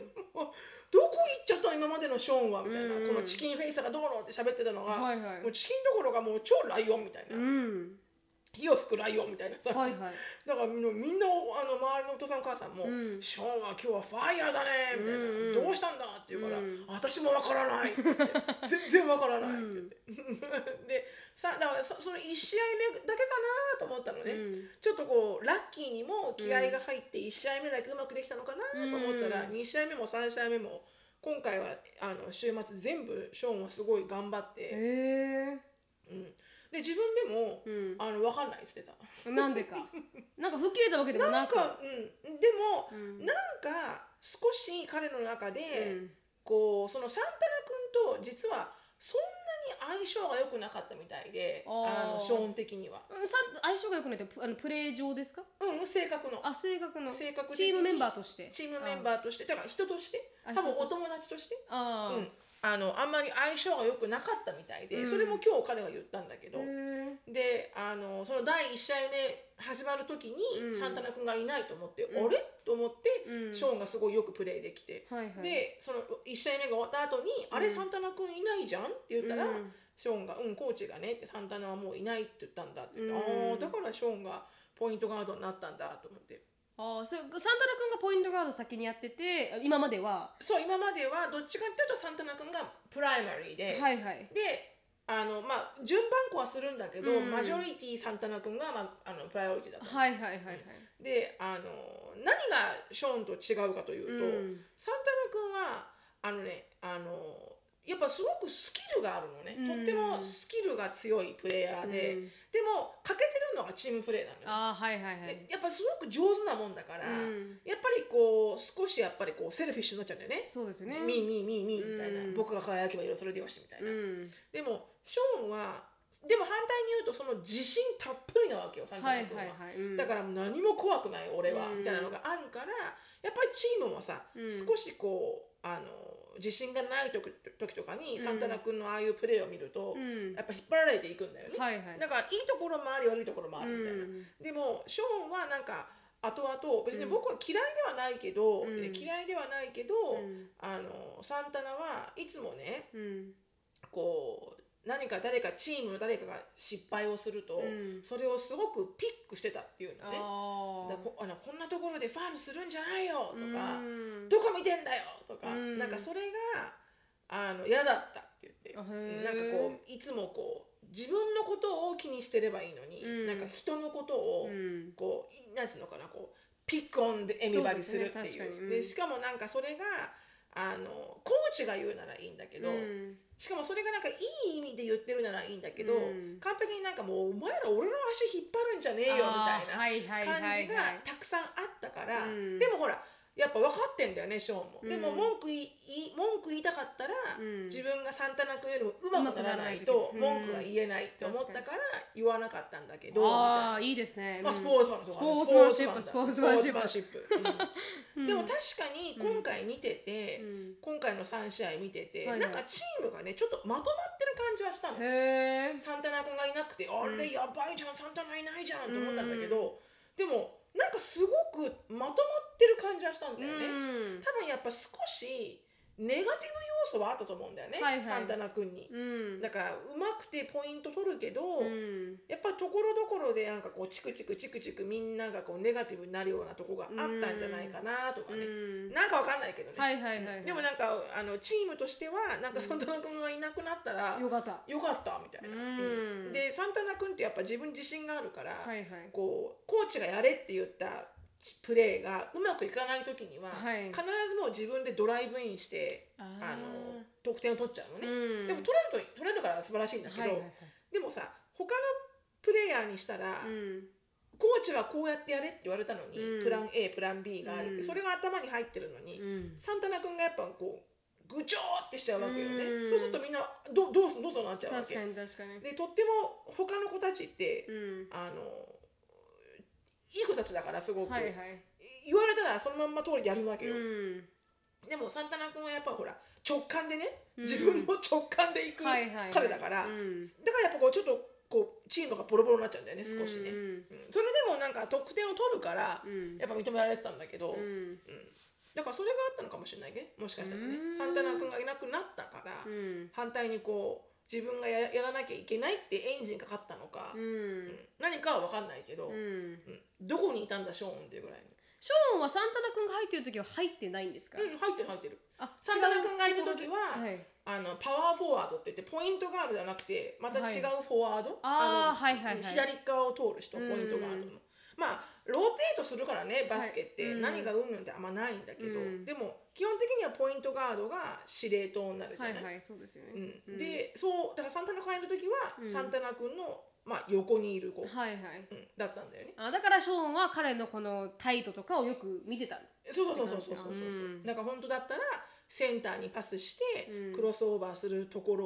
Speaker 2: どこ行っちゃったの今までのショーンはみたいな、
Speaker 1: うん
Speaker 2: このチキンフェイサーがどうのって喋ってたのが、
Speaker 1: はいはい
Speaker 2: もうチキンどころかもう超ライオンみたいな、
Speaker 1: うん
Speaker 2: 火を吹くライオンみたいなさ、
Speaker 1: はいはい
Speaker 2: だからみんなみんなあの周りのお父さんお母さんも「
Speaker 1: うん
Speaker 2: ショーンは今日はファイヤーだね」みたい
Speaker 1: う
Speaker 2: な
Speaker 1: んう
Speaker 2: 「
Speaker 1: ん
Speaker 2: どうしたんだ?」って言うから「
Speaker 1: うん
Speaker 2: 私もわからない」って言って「全然わからない」って言って、でさだからそその1試合目だけかなと思ったのね、
Speaker 1: うん
Speaker 2: ちょっとこうラッキーにも気合が入って1試合目だけうまくできたのかなと思ったら、
Speaker 1: うん
Speaker 2: 2試合目も3試合目も今回はあの週末全部ショーンはすごい頑張って、
Speaker 1: へ
Speaker 2: うん、で自分でも、
Speaker 1: え
Speaker 2: あのわかんないって言ってた。
Speaker 1: うんなんでかなんか吹っ切れたわけでも
Speaker 2: な
Speaker 1: なんく
Speaker 2: か、うん、でも、
Speaker 1: うん
Speaker 2: なんか少し彼の中で、
Speaker 1: うん
Speaker 2: こうそのサンタナ君と実はそんなに相性が良くなかったみたいで
Speaker 1: あー
Speaker 2: あのショーン的には、
Speaker 1: うんさ相性が良くないってプあのプレー上ですか
Speaker 2: うん、性格の
Speaker 1: あ性格の
Speaker 2: 性格的に
Speaker 1: チームメンバーとして
Speaker 2: チームメンバーとしてだから人として
Speaker 1: あ
Speaker 2: 多分
Speaker 1: 人と
Speaker 2: お友達として
Speaker 1: ああ
Speaker 2: あ,、うん、あのあんまり相性が良くなかったみたいで、
Speaker 1: うん
Speaker 2: それも今日彼が言ったんだけど。
Speaker 1: へ
Speaker 2: であのその第1試合目始まる時に、
Speaker 1: うん
Speaker 2: サンタナ君がいないと思って、
Speaker 1: うん
Speaker 2: あれと思って、
Speaker 1: うん
Speaker 2: ショーンがすごいよくプレーできて、
Speaker 1: えはいはい
Speaker 2: でその1試合目が終わった後に「あれ
Speaker 1: うん
Speaker 2: サンタナ君いないじゃん?」って言ったら、
Speaker 1: うん
Speaker 2: ショーンが「うんコーチがね」って「サンタナはもういない」って言ったんだって言って、
Speaker 1: うん
Speaker 2: ああだからショーンがポイントガードになったんだと思って
Speaker 1: ああそれサンタナ君がポイントガード先にやってて今までは
Speaker 2: そう今まではどっちかっていうとサンタナ君がプライマリーで、
Speaker 1: はいはい
Speaker 2: であのまあ順番こはするんだけど、
Speaker 1: うん
Speaker 2: マジョリティサンタナ君が、まあ、あのプライオリティだった、
Speaker 1: はいはいはいはい
Speaker 2: であの何がショーンと違うかというと、
Speaker 1: うん
Speaker 2: サンタナ君はあのねあのやっぱすごくスキルがあるのね、
Speaker 1: うん
Speaker 2: とってもスキルが強いプレイヤーで、
Speaker 1: う
Speaker 2: で
Speaker 1: ん
Speaker 2: も欠けてるのがチームプレーなのよ
Speaker 1: ああはいはいはい
Speaker 2: でやっぱりすごく上手なもんだから、
Speaker 1: うん
Speaker 2: やっぱりこう少しやっぱりこうセルフィッシュになっちゃうんだよね
Speaker 1: そうですよね
Speaker 2: みーみーみーみーみたいな、
Speaker 1: うん
Speaker 2: 僕が輝けば色それでよしみたいな、
Speaker 1: うん
Speaker 2: でもショーンはでも反対に言うとその自信たっぷりなわけよサンタ
Speaker 1: は
Speaker 2: ナ
Speaker 1: い
Speaker 2: 君
Speaker 1: はいはいうん
Speaker 2: だからもう何も怖くない俺は、
Speaker 1: うん
Speaker 2: みたいなのがあるからやっぱりチームもさ、
Speaker 1: うん
Speaker 2: 少しこうあの自信がない時時とかに
Speaker 1: うん
Speaker 2: サンタナ君のああいうプレーを見ると、
Speaker 1: うん
Speaker 2: やっぱ引っ張られていくんだよね、
Speaker 1: はいはい
Speaker 2: だからいいところもあり悪いところもあるみたいな、
Speaker 1: うん
Speaker 2: でもショーンはなんか後々別に
Speaker 1: うん
Speaker 2: 僕は嫌いではないけど、
Speaker 1: うん
Speaker 2: え嫌いではないけど、
Speaker 1: うん
Speaker 2: あのサンタナはいつもね
Speaker 1: うん
Speaker 2: こう何か誰かチームの誰かが失敗をすると、
Speaker 1: うん
Speaker 2: それをすごくピックしてたっていうのね
Speaker 1: あ
Speaker 2: だからこあのこんなところでファールするんじゃないよとか、
Speaker 1: うん
Speaker 2: どこ見てんだよとか、
Speaker 1: うん
Speaker 2: なんかそれがあの嫌だったって言
Speaker 1: あ
Speaker 2: っ
Speaker 1: へ
Speaker 2: て
Speaker 1: ー
Speaker 2: なんかこういつもこう自分のことを気にしてればいいのに、
Speaker 1: うん
Speaker 2: なんか人のこと
Speaker 1: う
Speaker 2: を
Speaker 1: ん
Speaker 2: こう、なんつうのかなこうピックオンでエミバリするって
Speaker 1: そうですね
Speaker 2: い
Speaker 1: 確か
Speaker 2: う
Speaker 1: にうん
Speaker 2: でしかもなんかそれがあのコーチが言うならいいんだけど、
Speaker 1: うん
Speaker 2: しかもそれがなんかいい意味で言ってるならいいんだけど、
Speaker 1: うん
Speaker 2: 完璧になんかもうお前ら俺の足引っ張るんじゃねえよみたいな
Speaker 1: あーはいはいはい
Speaker 2: 感じが
Speaker 1: はい
Speaker 2: たくさんあったから、
Speaker 1: うん
Speaker 2: でもほらやっぱ分かってんだよねショーンも、
Speaker 1: うん
Speaker 2: でも文句言い文句言いたかったら、
Speaker 1: うん
Speaker 2: 自分がサンタナ君よりもうまくならない
Speaker 1: 上
Speaker 2: と
Speaker 1: 手くならないと
Speaker 2: 文句が言えないって思ったから言わなかったんだけど、みたい
Speaker 1: ああ
Speaker 2: な
Speaker 1: いいですね
Speaker 2: まあ、
Speaker 1: うん
Speaker 2: スポーツマン
Speaker 1: ス
Speaker 2: ス
Speaker 1: ポーツマンシップ
Speaker 2: ス
Speaker 1: スポーツ
Speaker 2: ポーツマ
Speaker 1: マ
Speaker 2: ン
Speaker 1: ン
Speaker 2: だ
Speaker 1: シ
Speaker 2: ス
Speaker 1: ップ
Speaker 2: ポーツマンシップ、うんでも確かに今回見てて、
Speaker 1: うん
Speaker 2: 今回の3試合見てて、
Speaker 1: はいはい
Speaker 2: なんかチームがねちょっとまとまってる感じはしたの
Speaker 1: へえ
Speaker 2: サンタナ君がいなくて、あれやばいじゃんサンタナいないじゃんと思ったんだけど、でもなんかすごくまとまってる感じはしたんだよね、
Speaker 1: うん
Speaker 2: 多分やっぱ少しネガティブ要素はあったと思うんだよね、
Speaker 1: はいはい
Speaker 2: サンタナ君に、
Speaker 1: うん
Speaker 2: だからうまくてポイント取るけど、
Speaker 1: うん
Speaker 2: やっぱりところどころでなんかこうチクチクチクチクみんながこうネガティブになるようなとこがあったんじゃないかなとか
Speaker 1: う
Speaker 2: ね、
Speaker 1: ん
Speaker 2: なんかわかんないけどね、
Speaker 1: はいはいはいはい
Speaker 2: でもなんかあのチームとしてはなんかサンタナ君がいなくなったら
Speaker 1: よかった
Speaker 2: よかったみたい
Speaker 1: う
Speaker 2: な。
Speaker 1: ん
Speaker 2: うんでサンタナ君ってやっぱ自分自信があるから、
Speaker 1: はいはい
Speaker 2: こうコーチがやれって言ったプレーがうまくいかない時には、
Speaker 1: はい
Speaker 2: 必ずもう自分でドライブインして
Speaker 1: あ
Speaker 2: あの得点を取っちゃうのね。
Speaker 1: ーうん
Speaker 2: でも取れると取れるから素晴らしいんだけど、
Speaker 1: はいはいはい
Speaker 2: でもさ他のプレイヤーにしたら、
Speaker 1: うん
Speaker 2: コーチはこうやってやれって言われたのに、
Speaker 1: うん
Speaker 2: プラン A プラン B があるって、
Speaker 1: うん
Speaker 2: それが頭に入ってるのに、
Speaker 1: うん
Speaker 2: サンタナ君がやっぱこうぐちょーってしちゃうわけよね、
Speaker 1: うん
Speaker 2: そうするとみんなどどうすどうぞなっちゃうわ
Speaker 1: 確
Speaker 2: け
Speaker 1: かに確かに
Speaker 2: でとっても他の子たちって、
Speaker 1: うん
Speaker 2: あのいい子たちだからすごく、
Speaker 1: はいはい
Speaker 2: 言われたらそのまんま通りやるわけよ、
Speaker 1: うん
Speaker 2: でもサンタナ君はやっぱほら直感でね
Speaker 1: うん
Speaker 2: 自分も直感で行く、
Speaker 1: はいはいはい
Speaker 2: 彼だか
Speaker 1: う
Speaker 2: ら
Speaker 1: ん
Speaker 2: だからやっぱこうちょっとこうチームがボロボロになっちゃうんだよね少し
Speaker 1: う
Speaker 2: ね、うん
Speaker 1: ん
Speaker 2: それでもなんか得点を取るから、
Speaker 1: うん
Speaker 2: やっぱ認められてたんだけ
Speaker 1: うん
Speaker 2: ど、うんだからそれがあったのかもしれないねもしかしたらね
Speaker 1: うん
Speaker 2: サンタナ君がいなくなったから、
Speaker 1: うん
Speaker 2: 反対にこう自分がややらなきゃいけないってエンジンかかったのか、
Speaker 1: うん
Speaker 2: うん何かは分かんないけど、
Speaker 1: うん
Speaker 2: うんどこにいたんだショーンっていうぐらい
Speaker 1: ショーンはサンタナ君が入ってる時は入ってないんですか、
Speaker 2: の、うん、入ってる入ってる
Speaker 1: あ
Speaker 2: サンタナ君がい
Speaker 1: 違
Speaker 2: る
Speaker 1: う
Speaker 2: 時は、
Speaker 1: はい、
Speaker 2: あのパワーフォワードって言ってポイントガードじゃなくてまた違うフォワード、
Speaker 1: あーは
Speaker 2: の
Speaker 1: いはいはい
Speaker 2: 左側を通る人ポイントガードの、まあローテートするからねバスケって、
Speaker 1: はいうん
Speaker 2: 何がうんぬんってあんまないんだけど、
Speaker 1: うん
Speaker 2: でも基本的にはポイントガードが司令塔になるじゃ
Speaker 1: は
Speaker 2: ないい、
Speaker 1: はいそうですよね、
Speaker 2: うん、でそうだからサンタナ君がいる時は、
Speaker 1: うん
Speaker 2: サンタナ君の、まあ、横にいる子、
Speaker 1: はいはい
Speaker 2: うん、だったんだよね。
Speaker 1: あだからショーンは彼のこの態度とかをよく見てた
Speaker 2: そうそうそうそうそうそうそう、
Speaker 1: うん
Speaker 2: なんか本当だったらセンターにパスして
Speaker 1: うん
Speaker 2: クロスオーバーするところ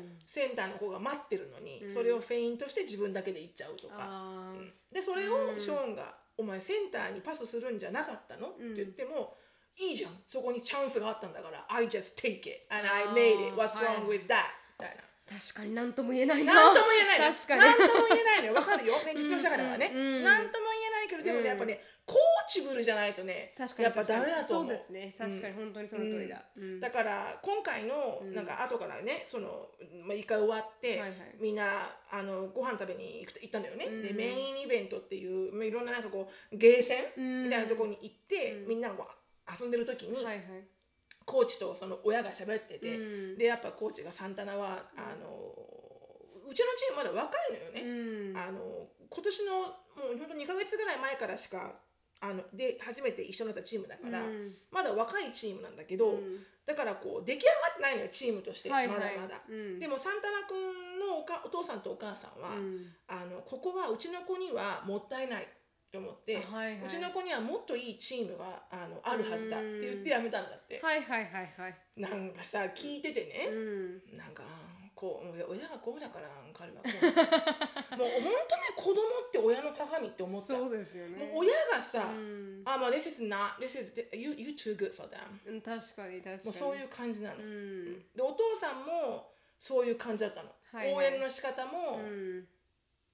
Speaker 1: うん
Speaker 2: センターの子が待ってるのに、
Speaker 1: うん
Speaker 2: それをフェイントして自分だけで行っちゃうとか、
Speaker 1: あ
Speaker 2: う
Speaker 1: ー
Speaker 2: んでそれ
Speaker 1: う
Speaker 2: を
Speaker 1: ん
Speaker 2: ショーンが「お前センターにパスするんじゃなかったの?」って言っても「いいじゃんそこにチャンスがあったんだから I just take it and I
Speaker 1: あー
Speaker 2: made it what's
Speaker 1: はい
Speaker 2: wrong with that」みたいな。
Speaker 1: 確かに何とも言えないな
Speaker 2: なんとも言えないのよ。
Speaker 1: 確かに
Speaker 2: なんとも言えないのよ。わかるよ。
Speaker 1: [laughs]
Speaker 2: ね、実用社会だからね。
Speaker 1: うんうん
Speaker 2: なんとも言えないけど、でもね、
Speaker 1: うん
Speaker 2: やっぱね、コーチブルじゃないとね、
Speaker 1: 確かに
Speaker 2: やっぱダメだと思う。
Speaker 1: そうですね確かに本当にその通りだ、うん
Speaker 2: だから今回の
Speaker 1: うん
Speaker 2: なんか後からねそのまあ一回終わって、
Speaker 1: はいはい
Speaker 2: みんなあのご飯食べに行く行ったんだよね、
Speaker 1: うん
Speaker 2: でメインイベントっていうまあいろんななんかこうゲーセ
Speaker 1: うん
Speaker 2: ンみたいなところに行って、
Speaker 1: うん
Speaker 2: みんなが遊んでる時に、
Speaker 1: はいはい
Speaker 2: コーチとその親が喋ってて、
Speaker 1: うん
Speaker 2: でやっぱコーチがサンタナはあのうちのチームまだ若いのよね、
Speaker 1: うん
Speaker 2: あの今年のもう本当2ヶ月ぐらい前からしかああので初めて一緒になったチームだから、
Speaker 1: うん
Speaker 2: まだ若いチームなんだけど、
Speaker 1: うん
Speaker 2: だからこう出来上がってないのよチームとして、
Speaker 1: はいはい
Speaker 2: まだまだ。
Speaker 1: うん
Speaker 2: でもサンタナ君のおかお父さんとお母さんは、
Speaker 1: うん
Speaker 2: あのここはうちの子にはもったいないと思って、
Speaker 1: はいはいう
Speaker 2: ちの子にはもっといいチームがあのあるはずだって言ってやめたんだって、
Speaker 1: はいはいはいはい
Speaker 2: なんかさ聞いててね、
Speaker 1: うん
Speaker 2: なんかこう親がこうだから彼はこ
Speaker 1: [laughs]
Speaker 2: うもう本当ね子供って親の鏡って思った
Speaker 1: そ
Speaker 2: もう
Speaker 1: うですよね
Speaker 2: 親がさ、
Speaker 1: うん
Speaker 2: あまあ this is not this is you you too good for them
Speaker 1: うん確かに確かに
Speaker 2: もうそういうう感じなの、
Speaker 1: ん
Speaker 2: でお父さんもそういう感じだったの、
Speaker 1: はいはい
Speaker 2: 応援の仕方も、
Speaker 1: うん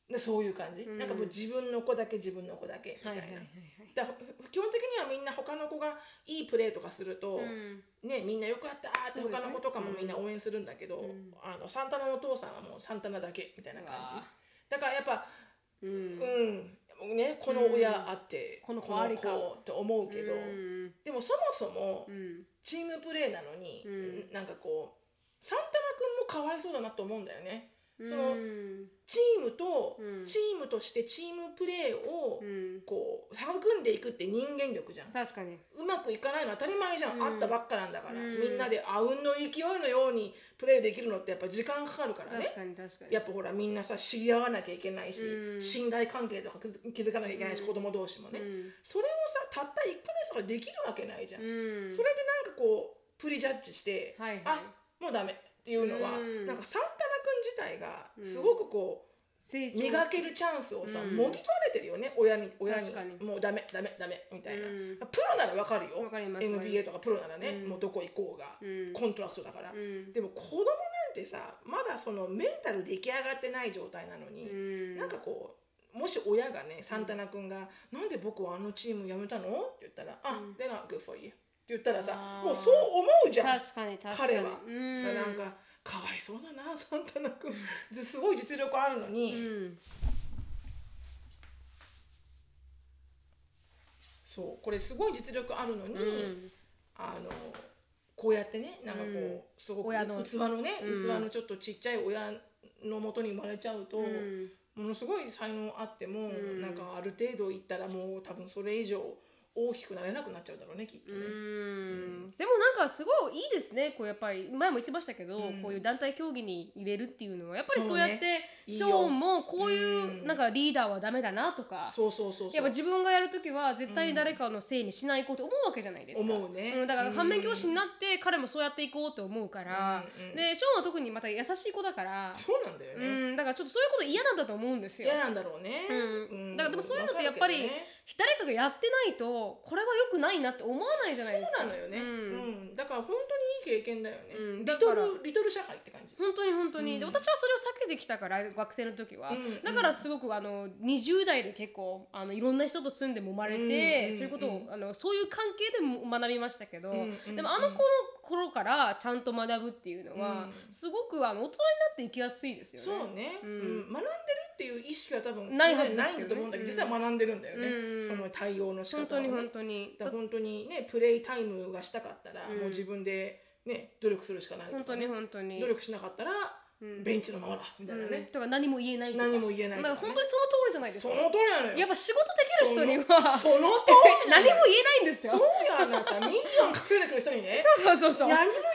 Speaker 2: でそういう感じ、
Speaker 1: うん
Speaker 2: なんかもう自分の子だけ自分の子だけみた
Speaker 1: はいい
Speaker 2: な、
Speaker 1: はいはいはい
Speaker 2: だ基本的にはみんな他の子がいいプレーとかする
Speaker 1: う
Speaker 2: と、
Speaker 1: ん
Speaker 2: ね、みんなよくやったーって
Speaker 1: そうです
Speaker 2: 他
Speaker 1: ね
Speaker 2: の子とかもみんな応援するんだけど、
Speaker 1: うん
Speaker 2: あのサンタナのお父さんはもうサンタナだけみたいな感
Speaker 1: うわ
Speaker 2: じだからやっぱ
Speaker 1: う
Speaker 2: うんん、ね、この親あって、
Speaker 1: この子ありか
Speaker 2: この子って思うけど、
Speaker 1: うん
Speaker 2: でもそもそも
Speaker 1: うん
Speaker 2: チームプレーなのに、
Speaker 1: う
Speaker 2: なんかこうサンタナ君もかわいそうだなと思うんだよねその
Speaker 1: うん
Speaker 2: チームと、
Speaker 1: うん
Speaker 2: チームとしてチームプレーを、
Speaker 1: うん
Speaker 2: こう育んでいくって人間力じゃん
Speaker 1: 確かに
Speaker 2: うまくいかないの当たり前じゃ
Speaker 1: う
Speaker 2: ん、
Speaker 1: ん
Speaker 2: あったばっかなんだから、
Speaker 1: うん
Speaker 2: みんなであうんの勢いのようにプレーできるのってやっぱ時間かかるからね
Speaker 1: 確かに確かに
Speaker 2: やっぱほらみんなさ知り合わなきゃいけないし、
Speaker 1: うん
Speaker 2: 信頼関係とか気づかなきゃいけないし、子供同士もね、
Speaker 1: うん
Speaker 2: それをさたった1ヶ月とかできるわけないじゃん、
Speaker 1: うん
Speaker 2: それでなんかこうプリジャッジして、
Speaker 1: はいはい
Speaker 2: あもうダメっていうのは、
Speaker 1: うん
Speaker 2: なんかサンタナ君自体がすごくこう、
Speaker 1: 成長
Speaker 2: 磨けるチャンスをさ、
Speaker 1: うん
Speaker 2: もぎ取られてるよね親に親に
Speaker 1: 確かに
Speaker 2: もうダメダメダメみたいな、
Speaker 1: うん
Speaker 2: プロならわかるよ
Speaker 1: わかります
Speaker 2: NBA とかプロならね、
Speaker 1: うん
Speaker 2: もうどこ行こうが、
Speaker 1: うん
Speaker 2: コントラクトだから、
Speaker 1: うん
Speaker 2: でも子供なんてさまだそのメンタル出来上がってない状態な
Speaker 1: う
Speaker 2: のに、
Speaker 1: ん
Speaker 2: なんかこうもし親がねサンタナ君が「なんで僕はあのチーム辞めたの?」って言ったら「あ、
Speaker 1: うん
Speaker 2: でな good for you」って言ったらさ
Speaker 1: あー
Speaker 2: もうそう思うじゃん
Speaker 1: 確かに確かに
Speaker 2: 彼は。
Speaker 1: うん
Speaker 2: なんかかわいそうだなサンタナ君すごい実力あるのに。
Speaker 1: うん
Speaker 2: そうこれすごい実力あるのに、
Speaker 1: うん
Speaker 2: あのこうやってねなんかこう、
Speaker 1: うん
Speaker 2: すごく
Speaker 1: 親の
Speaker 2: 器のね、
Speaker 1: うん
Speaker 2: 器のちょっとちっちゃい親のもとに生まれちゃうと、
Speaker 1: うん
Speaker 2: ものすごい才能あっても、
Speaker 1: ん
Speaker 2: なんかある程度いったらもう多分それ以上大きくなれなくなっちゃうだろうねきっと
Speaker 1: う
Speaker 2: ね。
Speaker 1: んでもなんかすごいいいですねこうやっぱり前も言ってましたけど、
Speaker 2: うん
Speaker 1: こういう団体競技に入れるっていうのはやっぱり
Speaker 2: そうね
Speaker 1: そうやって
Speaker 2: いい
Speaker 1: シ
Speaker 2: よ
Speaker 1: ョーンもこういううんなんかリーダーはダメだなとか、
Speaker 2: そうそうそうそう
Speaker 1: やっぱ自分がやる時は絶対に誰かのせいにしないこと思うわけじゃないですか。
Speaker 2: 思うね
Speaker 1: んだから反面教師になって彼もそうやっていこうと思うから、
Speaker 2: うんうん
Speaker 1: でショーンは特にまた優しい子だから、
Speaker 2: そうなんだよ
Speaker 1: う
Speaker 2: ね、
Speaker 1: ん、だからちょっとそういうこと嫌なんだと思うんですよ
Speaker 2: 嫌。なんだろうね、
Speaker 1: うんだからでもそういうのってやっぱり
Speaker 2: わかるけどね
Speaker 1: 誰かがやってないとこれは良くないなって思わないじゃないですか。
Speaker 2: そうなのよね、
Speaker 1: うん
Speaker 2: うんだから本当にいい経験だよね、
Speaker 1: うん
Speaker 2: リ
Speaker 1: だ
Speaker 2: ト
Speaker 1: から
Speaker 2: ルリトル社会って感じ
Speaker 1: 本当に本当に、
Speaker 2: うん
Speaker 1: で私はそれを避けてきたから学生の時は、
Speaker 2: うん
Speaker 1: だからすごくあの20代で結構あのいろんな人と住んで揉まれて、
Speaker 2: うん
Speaker 1: そういうことを
Speaker 2: う
Speaker 1: あのそういう関係でも学びましたけど、
Speaker 2: うん
Speaker 1: でもあの頃頃からちゃんと学ぶっていうのは、
Speaker 2: うん
Speaker 1: すごくあの大人になっていきやすいですよね。
Speaker 2: そうね、
Speaker 1: う
Speaker 2: うんん学んでるっていう意識は多分
Speaker 1: ないはずで
Speaker 2: ない
Speaker 1: す
Speaker 2: ん
Speaker 1: け
Speaker 2: だ
Speaker 1: どね
Speaker 2: と思うんだけど、
Speaker 1: うん
Speaker 2: 実は学んでるんだよね、
Speaker 1: うん
Speaker 2: その対応の仕
Speaker 1: 本
Speaker 2: 方
Speaker 1: 当
Speaker 2: を
Speaker 1: に
Speaker 2: ね
Speaker 1: 本当に
Speaker 2: だから本当にねプレイタイムがしたかったら、
Speaker 1: うん
Speaker 2: もう自分でね努力するしかないとか
Speaker 1: 本当に本当に
Speaker 2: 努力しなかったら、
Speaker 1: うん
Speaker 2: ベンチのままだみたいな
Speaker 1: うん
Speaker 2: ね、
Speaker 1: とか何も言えないとか
Speaker 2: 何も言えない
Speaker 1: だか
Speaker 2: とから
Speaker 1: 本
Speaker 2: ね
Speaker 1: 当にその通りじゃないです
Speaker 2: そ
Speaker 1: か
Speaker 2: の通りなのよ
Speaker 1: やっぱ仕事できる人には
Speaker 2: そのその
Speaker 1: [laughs]
Speaker 2: 通りな
Speaker 1: 何
Speaker 2: の
Speaker 1: も言え
Speaker 2: よ
Speaker 1: ないんですよ
Speaker 2: そうよあなたミニオン稼いでくる人にね
Speaker 1: そうそうそうそう
Speaker 2: 何も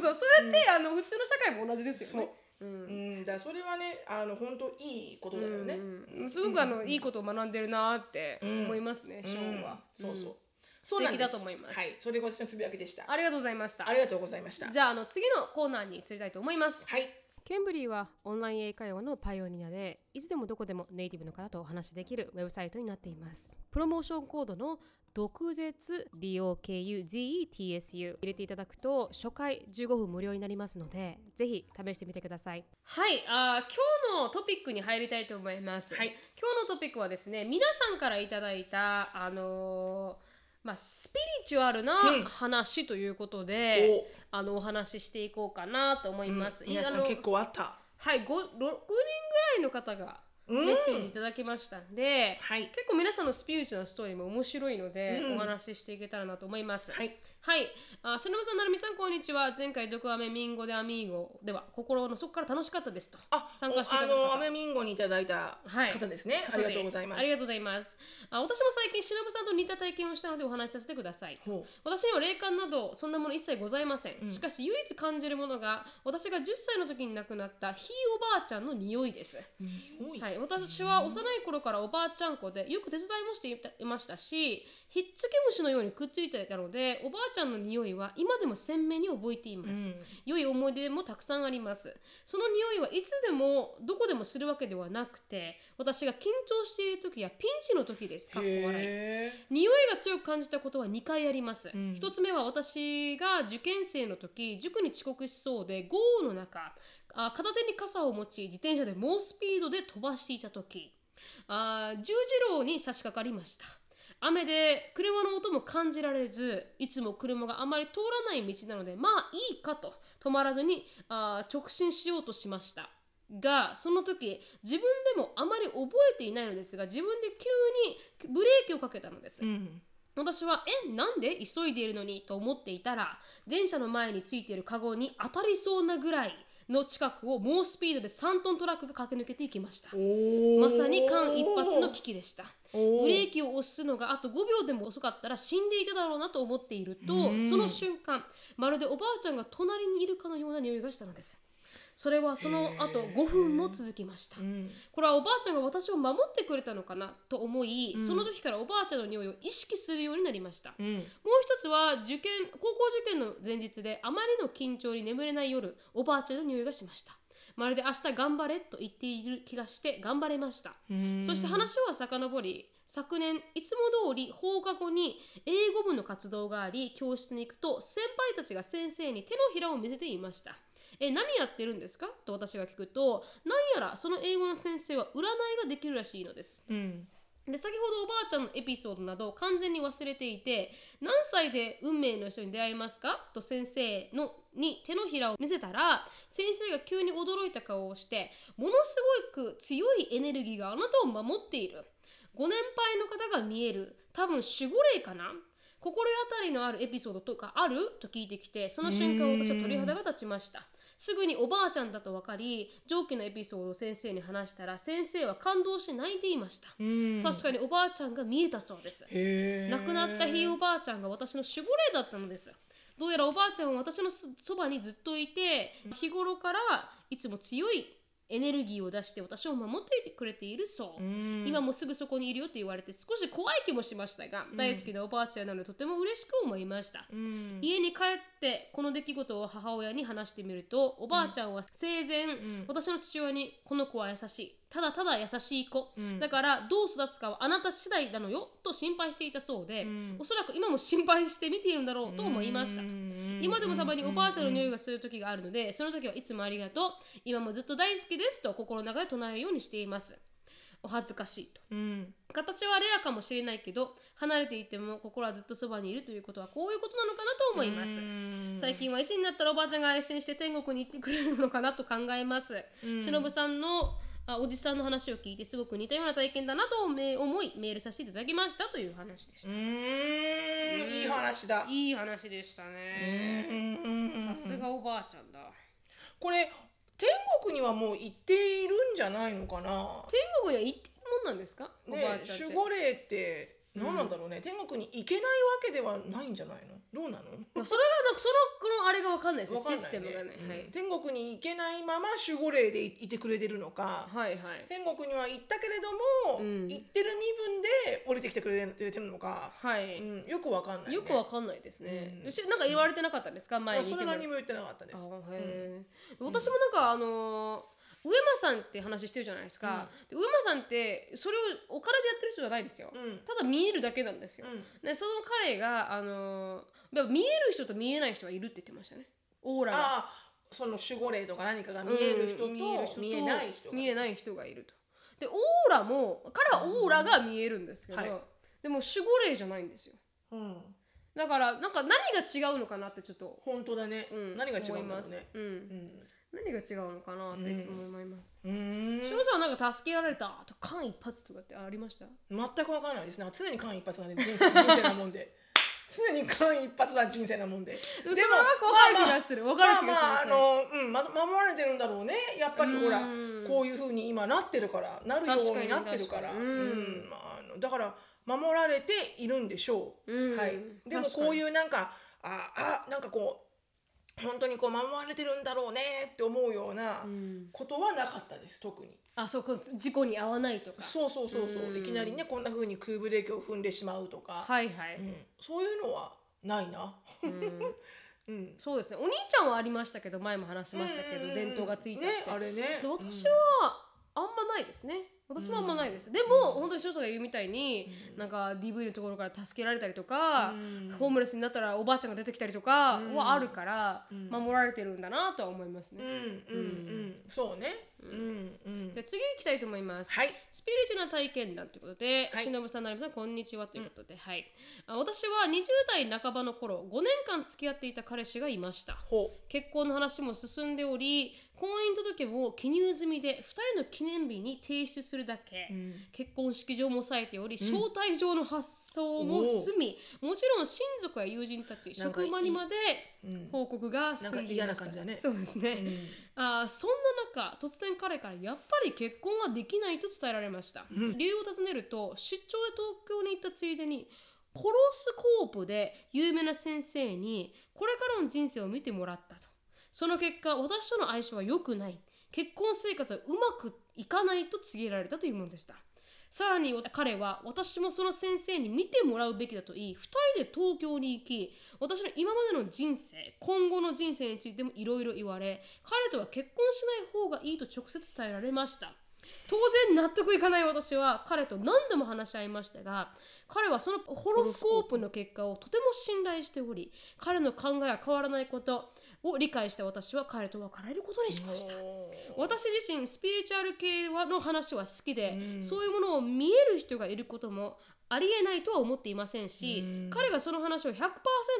Speaker 1: [laughs] そう
Speaker 2: 言えないのよ
Speaker 1: そうそれって、あの普通の社会も同じですよね。う
Speaker 2: うんんだからそれはねあの本当いいことだよね、
Speaker 1: うんうんすごくあの、いいことを学んでるなーって思いますね、
Speaker 2: うん
Speaker 1: ショーンは。
Speaker 2: そうそう、
Speaker 1: ん
Speaker 2: そうなんです
Speaker 1: 素敵だと思います
Speaker 2: はいそれが私のつぶやきでした
Speaker 1: ありがとうございました。
Speaker 2: ありがとうございました。
Speaker 1: じゃああの次のコーナーに移りたいと思います。
Speaker 2: はい。
Speaker 1: ケンブリーはオンライン英会話のパイオニアでいつでもどこでもネイティブの方とお話しできるウェブサイトになっていますプロモーションコードの独絶 DOKUZETSU 入れていただくと初回15分無料になりますのでぜひ試してみてくださいはいあー今日のトピックに入りたいと思います、
Speaker 2: はい
Speaker 1: 今日のトピックはですね皆さんからいただいたあのーまあ、スピリチュアルな
Speaker 2: うん
Speaker 1: 話ということで、あのお話ししていこうかなと思います。い
Speaker 2: 皆さ
Speaker 1: あの
Speaker 2: ん結構あった。
Speaker 1: はい、ご6人ぐらいの方が
Speaker 2: うん
Speaker 1: メッセージいただきましたんで、
Speaker 2: はい
Speaker 1: 結構皆さんのスピリチュアルなストーリーも面白いので、
Speaker 2: うん
Speaker 1: お話ししていけたらなと思います。
Speaker 2: はい。
Speaker 1: はい。あ、しのぶさん、なるみさん、こんにちは。前回、ドクアメミンゴでアミーゴでは、心の底から楽しかったですと。
Speaker 2: あ
Speaker 1: 参加していただいた方
Speaker 2: おあのアメミンゴにいただいた
Speaker 1: はい
Speaker 2: 方ですね、ありがとうございます
Speaker 1: ありがとうございます。あ、私も最近、しのぶさんと似た体験をしたので、お話しさせてください。
Speaker 2: ほ
Speaker 1: 私には霊感などそんなもの一切ございません、
Speaker 2: ん
Speaker 1: しかし唯一感じるものが私が10歳の時に亡くなったひいおばあちゃんの匂いです、
Speaker 2: う匂い、
Speaker 1: はい、私は幼い頃からおばあちゃん子でよく手伝いもしていたいましたしひっつき虫のようにくっついていたのでおばあちゃんの匂いは今でも鮮明に覚えています、良い思い出もたくさんありますその匂いはいつでもどこでもするわけではなくて私が緊張している時やピンチの時ですかっこ笑い
Speaker 2: へ
Speaker 1: 匂いが強く感じたことは2回あります、
Speaker 2: うん
Speaker 1: 1つ目は私が受験生の時塾に遅刻しそうで豪雨の中あ片手に傘を持ち自転車で猛スピードで飛ばしていた時あ十字路に差し掛かりました雨で車の音も感じられずいつも車があまり通らない道なのでまあいいかと止まらずにあ直進しようとしましたがその時自分でもあまり覚えていないのですが自分で急にブレーキをかけたのです
Speaker 2: ーうん
Speaker 1: 私は「えなんで急いでいるのに?」と思っていたら電車の前についているカゴに当たりそうなぐらいの近くを猛スピードで3トントラックが駆け抜けていきました
Speaker 2: おー
Speaker 1: まさに間一髪の危機でした
Speaker 2: お
Speaker 1: ブレ
Speaker 2: ー
Speaker 1: ーキを押すのがあと5秒でも遅かったら死んでいただろうなと思っていると、
Speaker 2: うん
Speaker 1: その瞬間まるでおばあちゃんが隣にいるかのような匂いがしたのですそれはその後
Speaker 2: へー
Speaker 1: 5分も続きました、
Speaker 2: うん
Speaker 1: これはおばあちゃんが私を守ってくれたのかなと思い、
Speaker 2: うん
Speaker 1: その時からおばあちゃんの匂いを意識するようになりました、
Speaker 2: うん
Speaker 1: もう一つは受験高校受験の前日であまりの緊張に眠れない夜おばあちゃんの匂いがしましたまるで明日頑張れと言っている気がして頑張れました
Speaker 2: うん
Speaker 1: そして話は遡り昨年いつも通り放課後に英語部の活動があり教室に行くと先輩たちが先生に手のひらを見せていました。え何やってるんですかと私が聞くと何やらその英語の先生は占いができるらしいのです。
Speaker 2: うん
Speaker 1: で先ほどおばあちゃんのエピソードなどを完全に忘れていて何歳で運命の人に出会いますかと先生のに手のひらを見せたら先生が急に驚いた顔をしてものすごく強いエネルギーがあなたを守っているご年配の方が見える多分守護霊かな心当たりのあるエピソードとかあると聞いてきてその瞬間
Speaker 2: うーん
Speaker 1: 私は鳥肌が立ちましたすぐにおばあちゃんだと分かり上記のエピソードを先生に話したら先生は感動して泣いていました
Speaker 2: うん
Speaker 1: 確かにおばあちゃんが見えたそうです
Speaker 2: へー
Speaker 1: 亡くなったひいおばあちゃんが私の守護霊だったのですどうやらおばあちゃんは私のそそばにずっといて日頃からいつも強いエネルギーを出して私を守っていてくれているそうう、
Speaker 2: ん
Speaker 1: 今もすぐそこにいるよと言われて少し怖い気もしましたが、
Speaker 2: ん
Speaker 1: 大好きなおばあちゃんなのでとても嬉しく思いました、
Speaker 2: うん
Speaker 1: 家に帰ってこの出来事を母親に話してみるとおばあちゃんは生前、
Speaker 2: ん
Speaker 1: 私の父親に「この子は優しいただただ優しい子、
Speaker 2: うん
Speaker 1: だからどう育つかはあなた次第なのよ」と心配していたそうで、
Speaker 2: うん
Speaker 1: おそらく今も心配して見ているんだろうと思いましたと。
Speaker 2: うん
Speaker 1: 今でもたまにおばあちゃんの匂いがする時があるのでその時はいつもありがとう今もずっと大好きですと心の中で唱えるようにしていますお恥ずかしいと
Speaker 2: うん
Speaker 1: 形はレアかもしれないけど離れていても心はずっとそばにいるということはこういうことなのかなと思います
Speaker 2: うん
Speaker 1: 最近はいつになったらおばあちゃんが愛心して天国に行ってくれるのかなと考えます、しのぶさんのあおじさんの話を聞いてすごく似たような体験だなとめ思いメールさせていただきましたという話でし
Speaker 2: う
Speaker 1: た、
Speaker 2: ーんいい話だ
Speaker 1: いい話でしたねさすがおばあちゃんだ
Speaker 2: これ天国にはもう行っているんじゃないのかな
Speaker 1: 天国には行ってるもんなんですか、おばあ
Speaker 2: ね
Speaker 1: ちゃんって
Speaker 2: 守護霊って何なんだろうね、天国に行けないわけではないんじゃないのどうなの
Speaker 1: まあそれがなんかそのこのあれがわかんないですね
Speaker 2: わかん
Speaker 1: シ
Speaker 2: な
Speaker 1: ス
Speaker 2: いね
Speaker 1: テムがね、
Speaker 2: うん天国に行けないまま守護霊でいいてくれてるのか、
Speaker 1: はいはいはい
Speaker 2: 天国には行ったけれど
Speaker 1: う
Speaker 2: も、
Speaker 1: ん
Speaker 2: 行ってる身分で降りてきてくれてるのか、
Speaker 1: は
Speaker 2: う
Speaker 1: い、
Speaker 2: ん、よくわかんない、ね、
Speaker 1: よくわかんないですね、
Speaker 2: うん
Speaker 1: しなんか言われてなかったんですか前に
Speaker 2: それ
Speaker 1: いてもらっ
Speaker 2: 何も言ってなかったです
Speaker 1: あへえ、私もなんかあのー上間さんって話してるじゃないですか、で上間さんってそれをお金でやってる人じゃないんですよ、
Speaker 2: うん
Speaker 1: ただ見えるだけなんですよ、
Speaker 2: うん
Speaker 1: でその彼があのーやっぱ見える人と見えない人がいるって言ってましたねオーラが
Speaker 2: ああその守護霊とか何かが見える人と、
Speaker 1: うん
Speaker 2: 見えない人が
Speaker 1: 見えない人がいるとでオーラも彼はオーラが見えるんですけど、
Speaker 2: はい
Speaker 1: でも守護霊じゃないんですよ
Speaker 2: うん、
Speaker 1: だからなんか何が違うのかなってちょっと、
Speaker 2: 本当だね、
Speaker 1: うん、
Speaker 2: 何が違
Speaker 1: 思
Speaker 2: う
Speaker 1: い
Speaker 2: んだ
Speaker 1: ま
Speaker 2: ろう
Speaker 1: す
Speaker 2: ね、
Speaker 1: うん
Speaker 2: う、ん
Speaker 1: 何が違うのかなっていつも思います。
Speaker 2: うーん
Speaker 1: しのぶさんはなんか助けられたとか間一髪とかってありました？ [laughs]
Speaker 2: 全くわからないですね常に間一髪なんで人生人生なもんで常に間一髪な人生なもんで
Speaker 1: それは分かる気がする、わかる気がする、
Speaker 2: まあまああの、うん、ま守られてるんだろうねやっぱりほら
Speaker 1: うん
Speaker 2: こういうふうに今なってるからなるようになってるから
Speaker 1: 確かに確かにうん
Speaker 2: うんまああのだから守られているんでしょう、
Speaker 1: うん
Speaker 2: はい、でも
Speaker 1: 確かに
Speaker 2: こういうなんかああなんかこう本当にこう守られてるんだろうねって思うような
Speaker 1: うん
Speaker 2: ことはなかったです特に
Speaker 1: あそうこう事故に遭わないとか
Speaker 2: そうそうそうそう、
Speaker 1: うん
Speaker 2: いきなりねこんなふうに空ブレーキを踏んでしまうとか、
Speaker 1: はいはい、
Speaker 2: うん、そういうのはないな、
Speaker 1: うん
Speaker 2: [laughs] うん、
Speaker 1: そうですねお兄ちゃんはありましたけど前も話しましたけ
Speaker 2: うんうんう
Speaker 1: ど
Speaker 2: ん
Speaker 1: 伝統がついてって、
Speaker 2: ねあれね
Speaker 1: で私はあんまないですね私もあんまないです、でも本当に翔さんが言うみたいに、なんか DV のところから助けられたりとか、
Speaker 2: うん
Speaker 1: ホームレスになったらおばあちゃんが出てきたりとか
Speaker 2: うん
Speaker 1: はあるから、
Speaker 2: ん
Speaker 1: 守られてるんだなとは思います
Speaker 2: うん
Speaker 1: ね、
Speaker 2: うんうんうんそうねうんうん
Speaker 1: じゃあ次行きたいと思います、
Speaker 2: はい
Speaker 1: スピリチュアルな体験談ということで、
Speaker 2: はい
Speaker 1: しのぶさん、なるみさん、こんにちはということで、はい。あ私は20代半ばの頃、5年間付き合っていた彼氏がいました。
Speaker 2: ほ
Speaker 1: 結婚の話も進んでおり、婚姻届を記入済みで、2人の記念日に提出するだけ。
Speaker 2: ううん
Speaker 1: 結婚式場も抑えており、招待状の発送も済み、もちろん親族や友人たち、
Speaker 2: なんかい
Speaker 1: 職場にまで
Speaker 2: うん
Speaker 1: 報告が進んでいました。
Speaker 2: なんか嫌な感じだね
Speaker 1: そうですね。あーそんな中突然彼からやっぱり結婚はできないと伝えられました、
Speaker 2: うん
Speaker 1: 理由を尋ねると出張で東京に行ったついでにホロスコープで有名な先生にこれからの人生を見てもらったとその結果私との相性は良くない結婚生活はうまくいかないと告げられたというものでしたさらに彼は私もその先生に見てもらうべきだと言い2人で東京に行き私の今までの人生今後の人生についてもいろいろ言われ彼とは結婚しない方がいいと直接伝えられました当然納得いかない私は彼と何度も話し合いましたが彼はそのホロスコープの結果をとても信頼しており彼の考えは変わらないことを理解した私は彼と別れることにしました
Speaker 2: ほう
Speaker 1: 私自身スピリチュアル系はの話は好きで、
Speaker 2: うん
Speaker 1: そういうものを見える人がいることもありえないとは思っていませんし、
Speaker 2: うん
Speaker 1: 彼がその話を100%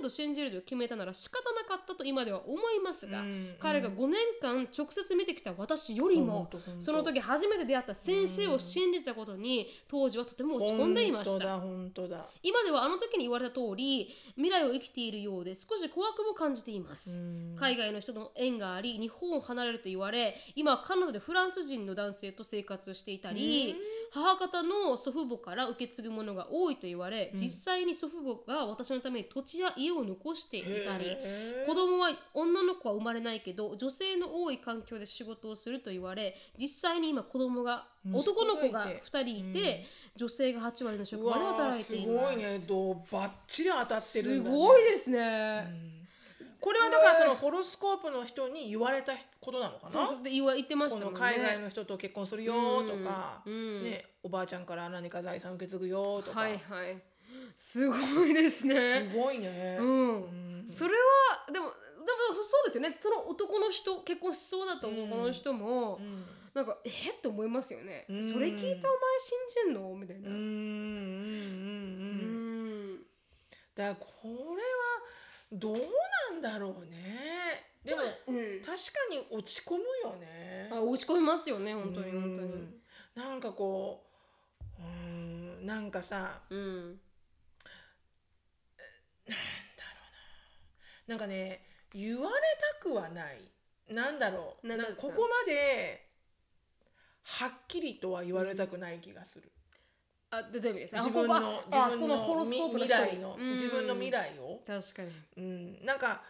Speaker 1: 信じると決めたなら仕方なかったと今では思いますが、
Speaker 2: うん
Speaker 1: 彼が5年間直接見てきた私よりも、
Speaker 2: ほんとほんと
Speaker 1: その時初めて出会った先生を信じたことに当時はとても落ち込んでいました。
Speaker 2: 本当だ本
Speaker 1: 今ではあの時に言われた通り未来を生きているようで少し怖くも感じています、
Speaker 2: うん
Speaker 1: 海外の人の縁があり日本を離れると言われ今カナダでフランス人の男性と生活していたり、母方の祖父母から受け継ぐものが多いと言われ、実際に祖父母が私のために土地や家を残してい
Speaker 2: 当だ
Speaker 1: たり
Speaker 2: へー
Speaker 1: 子供は女の子は生まれないけど女性の多い環境で仕事をすると言われ実際に今子供が
Speaker 2: 息子
Speaker 1: 男
Speaker 2: がいて
Speaker 1: の子が2人いて、女性が8割の職場で働いています
Speaker 2: うわーすごいねどうバッチリ当たってるんだね
Speaker 1: すごいですね、
Speaker 2: これはだからそのホロスコープの人に言われたことなのかな
Speaker 1: そうそうで言わ言ってまし
Speaker 2: こ
Speaker 1: た
Speaker 2: の
Speaker 1: もんね
Speaker 2: 海外の人と結婚するよとか、
Speaker 1: うんうん
Speaker 2: ね、おばあちゃんから何か財産受け継ぐよとか、
Speaker 1: はいはいすごいですね
Speaker 2: すごいね、
Speaker 1: うん、
Speaker 2: ん
Speaker 1: それはでもでもそうですよねその男の人結婚しそうだと思う、
Speaker 2: うん
Speaker 1: この人も、
Speaker 2: うん
Speaker 1: なんかえっと思いますよね、
Speaker 2: うん
Speaker 1: それ聞いてお前信じんのみたいな
Speaker 2: うんうんう
Speaker 1: う
Speaker 2: んうん
Speaker 1: ん
Speaker 2: だからこれはどうなんだろうねでも
Speaker 1: うん
Speaker 2: 確かに落ち込むよね
Speaker 1: あ落ち込みますよね本当に
Speaker 2: うん
Speaker 1: 本当に
Speaker 2: なんかこううんなんかさ
Speaker 1: うん
Speaker 2: なんかね言われたくはないなんだろう
Speaker 1: な
Speaker 2: なんん
Speaker 1: だ
Speaker 2: かここまではっきりとは言われたくない気がする、
Speaker 1: あでどういう意味ですかあ
Speaker 2: 自分
Speaker 1: ここ
Speaker 2: の
Speaker 1: ああ
Speaker 2: 自
Speaker 1: そ
Speaker 2: 分
Speaker 1: のホロスコープの
Speaker 2: み未来の、
Speaker 1: うん
Speaker 2: 自分の未来を、
Speaker 1: 確かに
Speaker 2: うん、なんか、は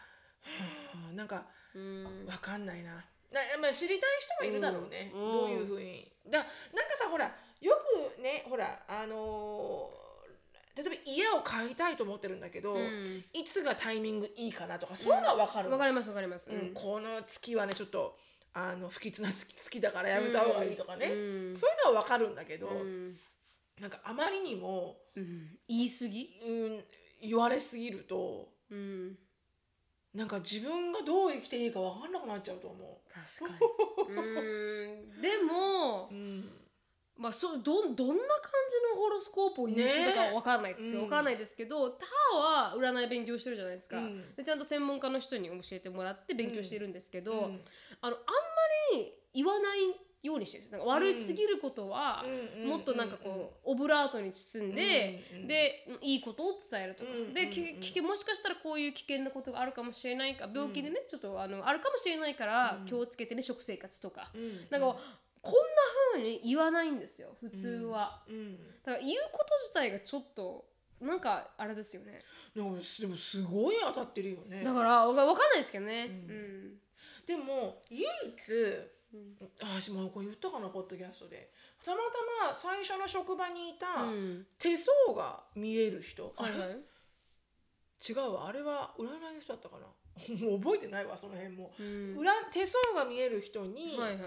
Speaker 2: あなんか
Speaker 1: うん
Speaker 2: わかんないなな、まあ、知りたい人もいるだろうね、
Speaker 1: うん
Speaker 2: どういうふうにだなんかさほらよくねほらあのー例えば家を買いたいと思ってるんだけど、
Speaker 1: うん
Speaker 2: いつがタイミングいいかなとかそういうのはわかるの、
Speaker 1: わかりますわかります、
Speaker 2: うん、この月はねちょっとあの不吉な月月だからやめた方がいいとかね、
Speaker 1: うん
Speaker 2: そういうのはわかるんだけど、
Speaker 1: うん
Speaker 2: なんかあまりにも、
Speaker 1: うん言い過ぎ
Speaker 2: うん、言われすぎると
Speaker 1: うん
Speaker 2: なんか自分がどう生きていいかわかんなくなっちゃうと思
Speaker 1: 確かにうーんでも
Speaker 2: う。うん
Speaker 1: まあ、そうどんどんな感じのホロスコープを言う人とかは
Speaker 2: ね
Speaker 1: 分からないですよ、
Speaker 2: うん
Speaker 1: 分からないですけど他は占い勉強してるじゃないですか、
Speaker 2: うん
Speaker 1: でちゃんと専門家の人に教えてもらって勉強してるんですけど、
Speaker 2: うん
Speaker 1: あのあんまり言わないようにしてるんですなんか悪すぎることは、もっとなんかこう、オブラートに包んで、
Speaker 2: うんうん
Speaker 1: でいいことを伝えるとか、
Speaker 2: うん
Speaker 1: で
Speaker 2: うん
Speaker 1: き
Speaker 2: うん
Speaker 1: きもしかしたらこういう危険なことがあるかもしれないか病気でね、ちょっとあのあるかもしれないから、
Speaker 2: うん
Speaker 1: 気をつけてね食生活とか、
Speaker 2: うんうん
Speaker 1: なんかこんな風に言わないんですよ普通は、
Speaker 2: うん
Speaker 1: だから言うこと自体がちょっとなんかあれですよね
Speaker 2: でもでもすごい当たってるよね
Speaker 1: だからわかわかんないですけどね
Speaker 2: う
Speaker 1: うん
Speaker 2: でも唯一
Speaker 1: うん
Speaker 2: あ私もこれ言ったかなポッドキャストでたまたま最初の職場にいた
Speaker 1: うん
Speaker 2: 手相が見える人、
Speaker 1: はい
Speaker 2: あ
Speaker 1: は
Speaker 2: れ
Speaker 1: い
Speaker 2: 違うわあれは占いの人だったかな [laughs] もう覚えてないわその辺も、
Speaker 1: うん
Speaker 2: 占手相が見える人に
Speaker 1: はいはい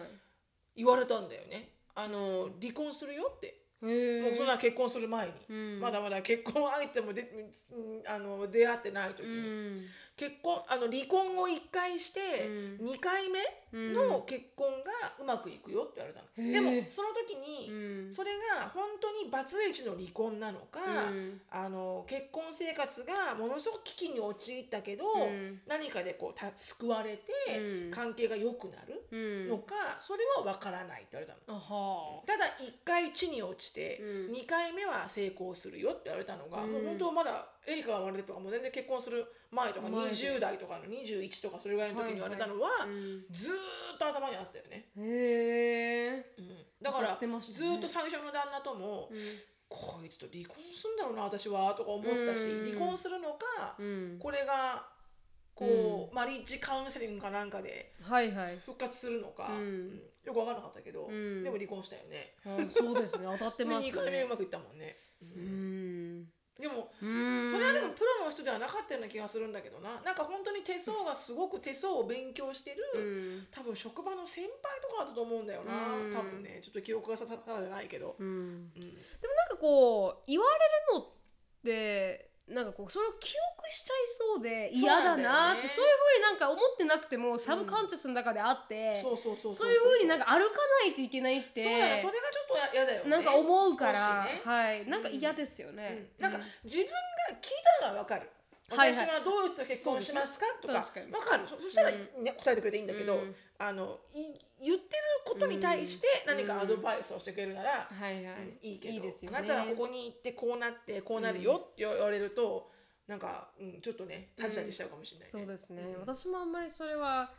Speaker 2: 言われたんだよね、あの離婚するよって
Speaker 1: へ
Speaker 2: もうそんな
Speaker 1: え
Speaker 2: 結婚する前に、
Speaker 1: うん
Speaker 2: まだまだ結婚相手もでうんあの出会ってない時
Speaker 1: う
Speaker 2: に、
Speaker 1: ん
Speaker 2: 結婚あの離婚を1回して、
Speaker 1: うん
Speaker 2: 2回目
Speaker 1: うん
Speaker 2: の結婚がうまくいくよって言われたの、
Speaker 1: へえ
Speaker 2: でもその時
Speaker 1: う
Speaker 2: に、
Speaker 1: ん
Speaker 2: それが本当にバツイチの離婚なのか、
Speaker 1: うん
Speaker 2: あの結婚生活がものすごく危機に陥ったけど、
Speaker 1: うん
Speaker 2: 何かでこうた救われて
Speaker 1: うん
Speaker 2: 関係が良くなる
Speaker 1: うん
Speaker 2: のか、それは分からないって言われたの。
Speaker 1: あは
Speaker 2: ただ1回地に落ちて、
Speaker 1: うん
Speaker 2: 2回目は成功するよって言われたのが、
Speaker 1: うん
Speaker 2: もう本当まだエリカが生まれてとかもう全然結婚する前とか
Speaker 1: 前で
Speaker 2: 20代とかの21とかそれぐらいの時に言われたのは、
Speaker 1: あうん
Speaker 2: ずーっと頭にあったよね、
Speaker 1: へえ
Speaker 2: うんだか
Speaker 1: 当た
Speaker 2: ら、
Speaker 1: ってました
Speaker 2: ず
Speaker 1: ね
Speaker 2: ーっと最初の旦那とも、こいつと離婚すんだろうな私はとか思ったし、
Speaker 1: うん
Speaker 2: 離婚するのか、
Speaker 1: うん
Speaker 2: これがこう、マリッジカウンセリングかなんかで
Speaker 1: はいはい
Speaker 2: 復活するのか、
Speaker 1: うん
Speaker 2: うんよく分からなかったけど、
Speaker 1: うん
Speaker 2: でも離婚したよね。
Speaker 1: あそうですね当たって
Speaker 2: で
Speaker 1: ま
Speaker 2: 2
Speaker 1: す
Speaker 2: 回目う
Speaker 1: ね
Speaker 2: まくいったもんね。うん
Speaker 1: うん
Speaker 2: でも、
Speaker 1: うん
Speaker 2: それはでもプロの人ではなかったような気がするんだけどななんか本当に手相がすごく手相を勉強してる、
Speaker 1: うん
Speaker 2: 多分職場の先輩とかだったと思うんだよな、
Speaker 1: うん
Speaker 2: 多分ねちょっと記憶がさたらじゃないけど、
Speaker 1: うん
Speaker 2: うん
Speaker 1: でもなんかこう言われるのってなんかこうそれを記憶しちゃいそうで嫌だなって
Speaker 2: そ
Speaker 1: そうう,、いうふうになんか思ってなくてもサブカンシャスの中であって、
Speaker 2: そうそうそう
Speaker 1: そういうふうになん
Speaker 2: か
Speaker 1: か歩かないといけないって
Speaker 2: そうだよそれがちょっとややだよね
Speaker 1: なんか思うから、
Speaker 2: 少しね
Speaker 1: はいなんか嫌ですよ
Speaker 2: う
Speaker 1: ね
Speaker 2: ん、、なんか自分が聞いたのはわかる、
Speaker 1: はいはい
Speaker 2: 私はどういう人と結婚しますかとかわ
Speaker 1: 確かに
Speaker 2: かるそそしたら、ね
Speaker 1: う
Speaker 2: 答えてくれていいんだけど、
Speaker 1: うん
Speaker 2: あのい言ってることに対して何かアドバイスをしてくれるなら、
Speaker 1: はいはい、
Speaker 2: うんいいけど
Speaker 1: ですよね
Speaker 2: あなたはここに行ってこうなってこうなるよって言われると、なんか、うん、ちょっとねタジタジしちゃうかもしれない、
Speaker 1: そうですね、
Speaker 2: うん
Speaker 1: 私もあんまりそれは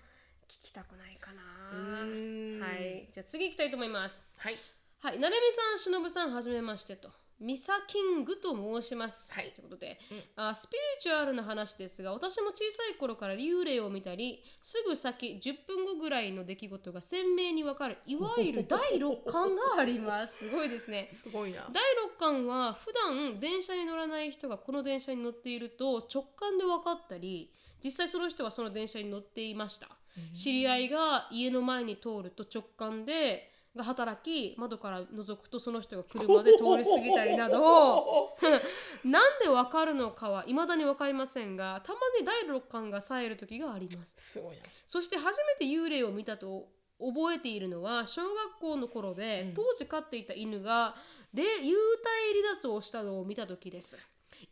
Speaker 1: 聞きたくないかな
Speaker 2: うん
Speaker 1: はいじゃあ次行きたいと思います
Speaker 2: はい
Speaker 1: はい、なるみさん、しのぶさん、はじめましてと。ミサキングと申します。
Speaker 2: はい
Speaker 1: ということで、
Speaker 2: うん
Speaker 1: あ、スピリチュアルな話ですが、私も小さい頃から幽霊を見たり、すぐ先10分後ぐらいの出来事が鮮明にわかる、いわゆる第六感があり
Speaker 2: [laughs]
Speaker 1: ます。すごいですね。
Speaker 2: すごいな
Speaker 1: 第六感は普段電車に乗らない人がこの電車に乗っていると直感で分かったり実際その人はその電車に乗っていました、知り合いが家の前に通ると直感でが働き窓から覗くとその人が車で通り過ぎたりなどなんで分かるのかは未だに分かりませんがたまに第六感が冴える時があります
Speaker 2: [laughs] すごいな
Speaker 1: そして初めて幽霊を見たと覚えているのは小学校の頃で、
Speaker 2: うん
Speaker 1: 当時飼っていた犬がれ幽体離脱をしたのを見た時です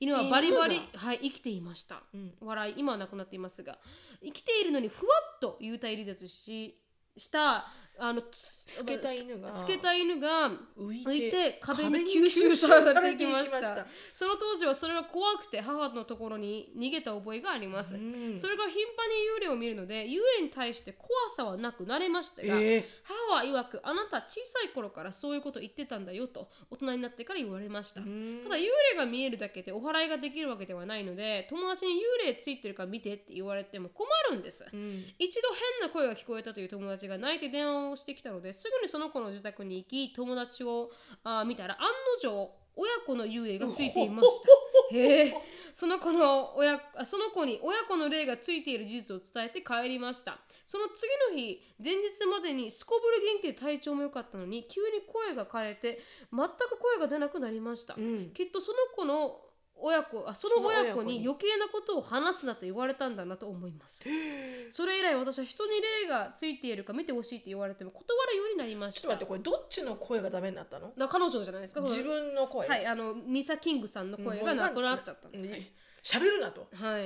Speaker 1: 犬はバリバリ
Speaker 2: 犬、
Speaker 1: はい、生きていました
Speaker 2: うん
Speaker 1: 笑い今は亡くなっていますが生きているのにふわっと幽体離脱ししたあの
Speaker 2: 透けた犬が
Speaker 1: 透けた犬が
Speaker 2: 浮いて
Speaker 1: 浮いて壁に
Speaker 2: 壁に
Speaker 1: 吸収されていきまし
Speaker 2: 吸収されてい
Speaker 1: たその当時はそれが怖くて母のところに逃げた覚えがあります、
Speaker 2: うん
Speaker 1: それから頻繁に幽霊を見るので幽霊に対して怖さはなくなれましたが、
Speaker 2: え
Speaker 1: 母は曰くあなた小さい頃からそういうこと言ってたんだよと大人になってから言われました、
Speaker 2: ーうん
Speaker 1: ただ幽霊が見えるだけでお祓いができるわけではないので友達に幽霊ついてるから見てって言われても困るんです、
Speaker 2: うん
Speaker 1: 一度変な声が聞こえたという友達が泣いて電話をしてきたのですぐにその子の自宅に行き友達をあー見たら案の定親子の幽霊がついていました。へえ、その子の親あその子に親子の霊がついている事実を伝えて帰りました。その次の日、前日までにすこぶる元気で体調も良かったのに急に声が枯れて全く声が出なくなりました
Speaker 2: う。ん
Speaker 1: きっとその子の親子あその親子に余計なことを話すなと言われたんだなと思いますそれ以来私は人に霊がついているか見てほしいって言われても断るようになりま
Speaker 2: ち
Speaker 1: し
Speaker 2: ょっと待
Speaker 1: た
Speaker 2: ってこれどっちの声がダメになったの
Speaker 1: だから彼女のじゃないですか
Speaker 2: 自分の声
Speaker 1: はいあのミサキングさんの声がなくなっちゃったんです、
Speaker 2: うん
Speaker 1: はい
Speaker 2: 喋るなと。
Speaker 1: は
Speaker 2: うんう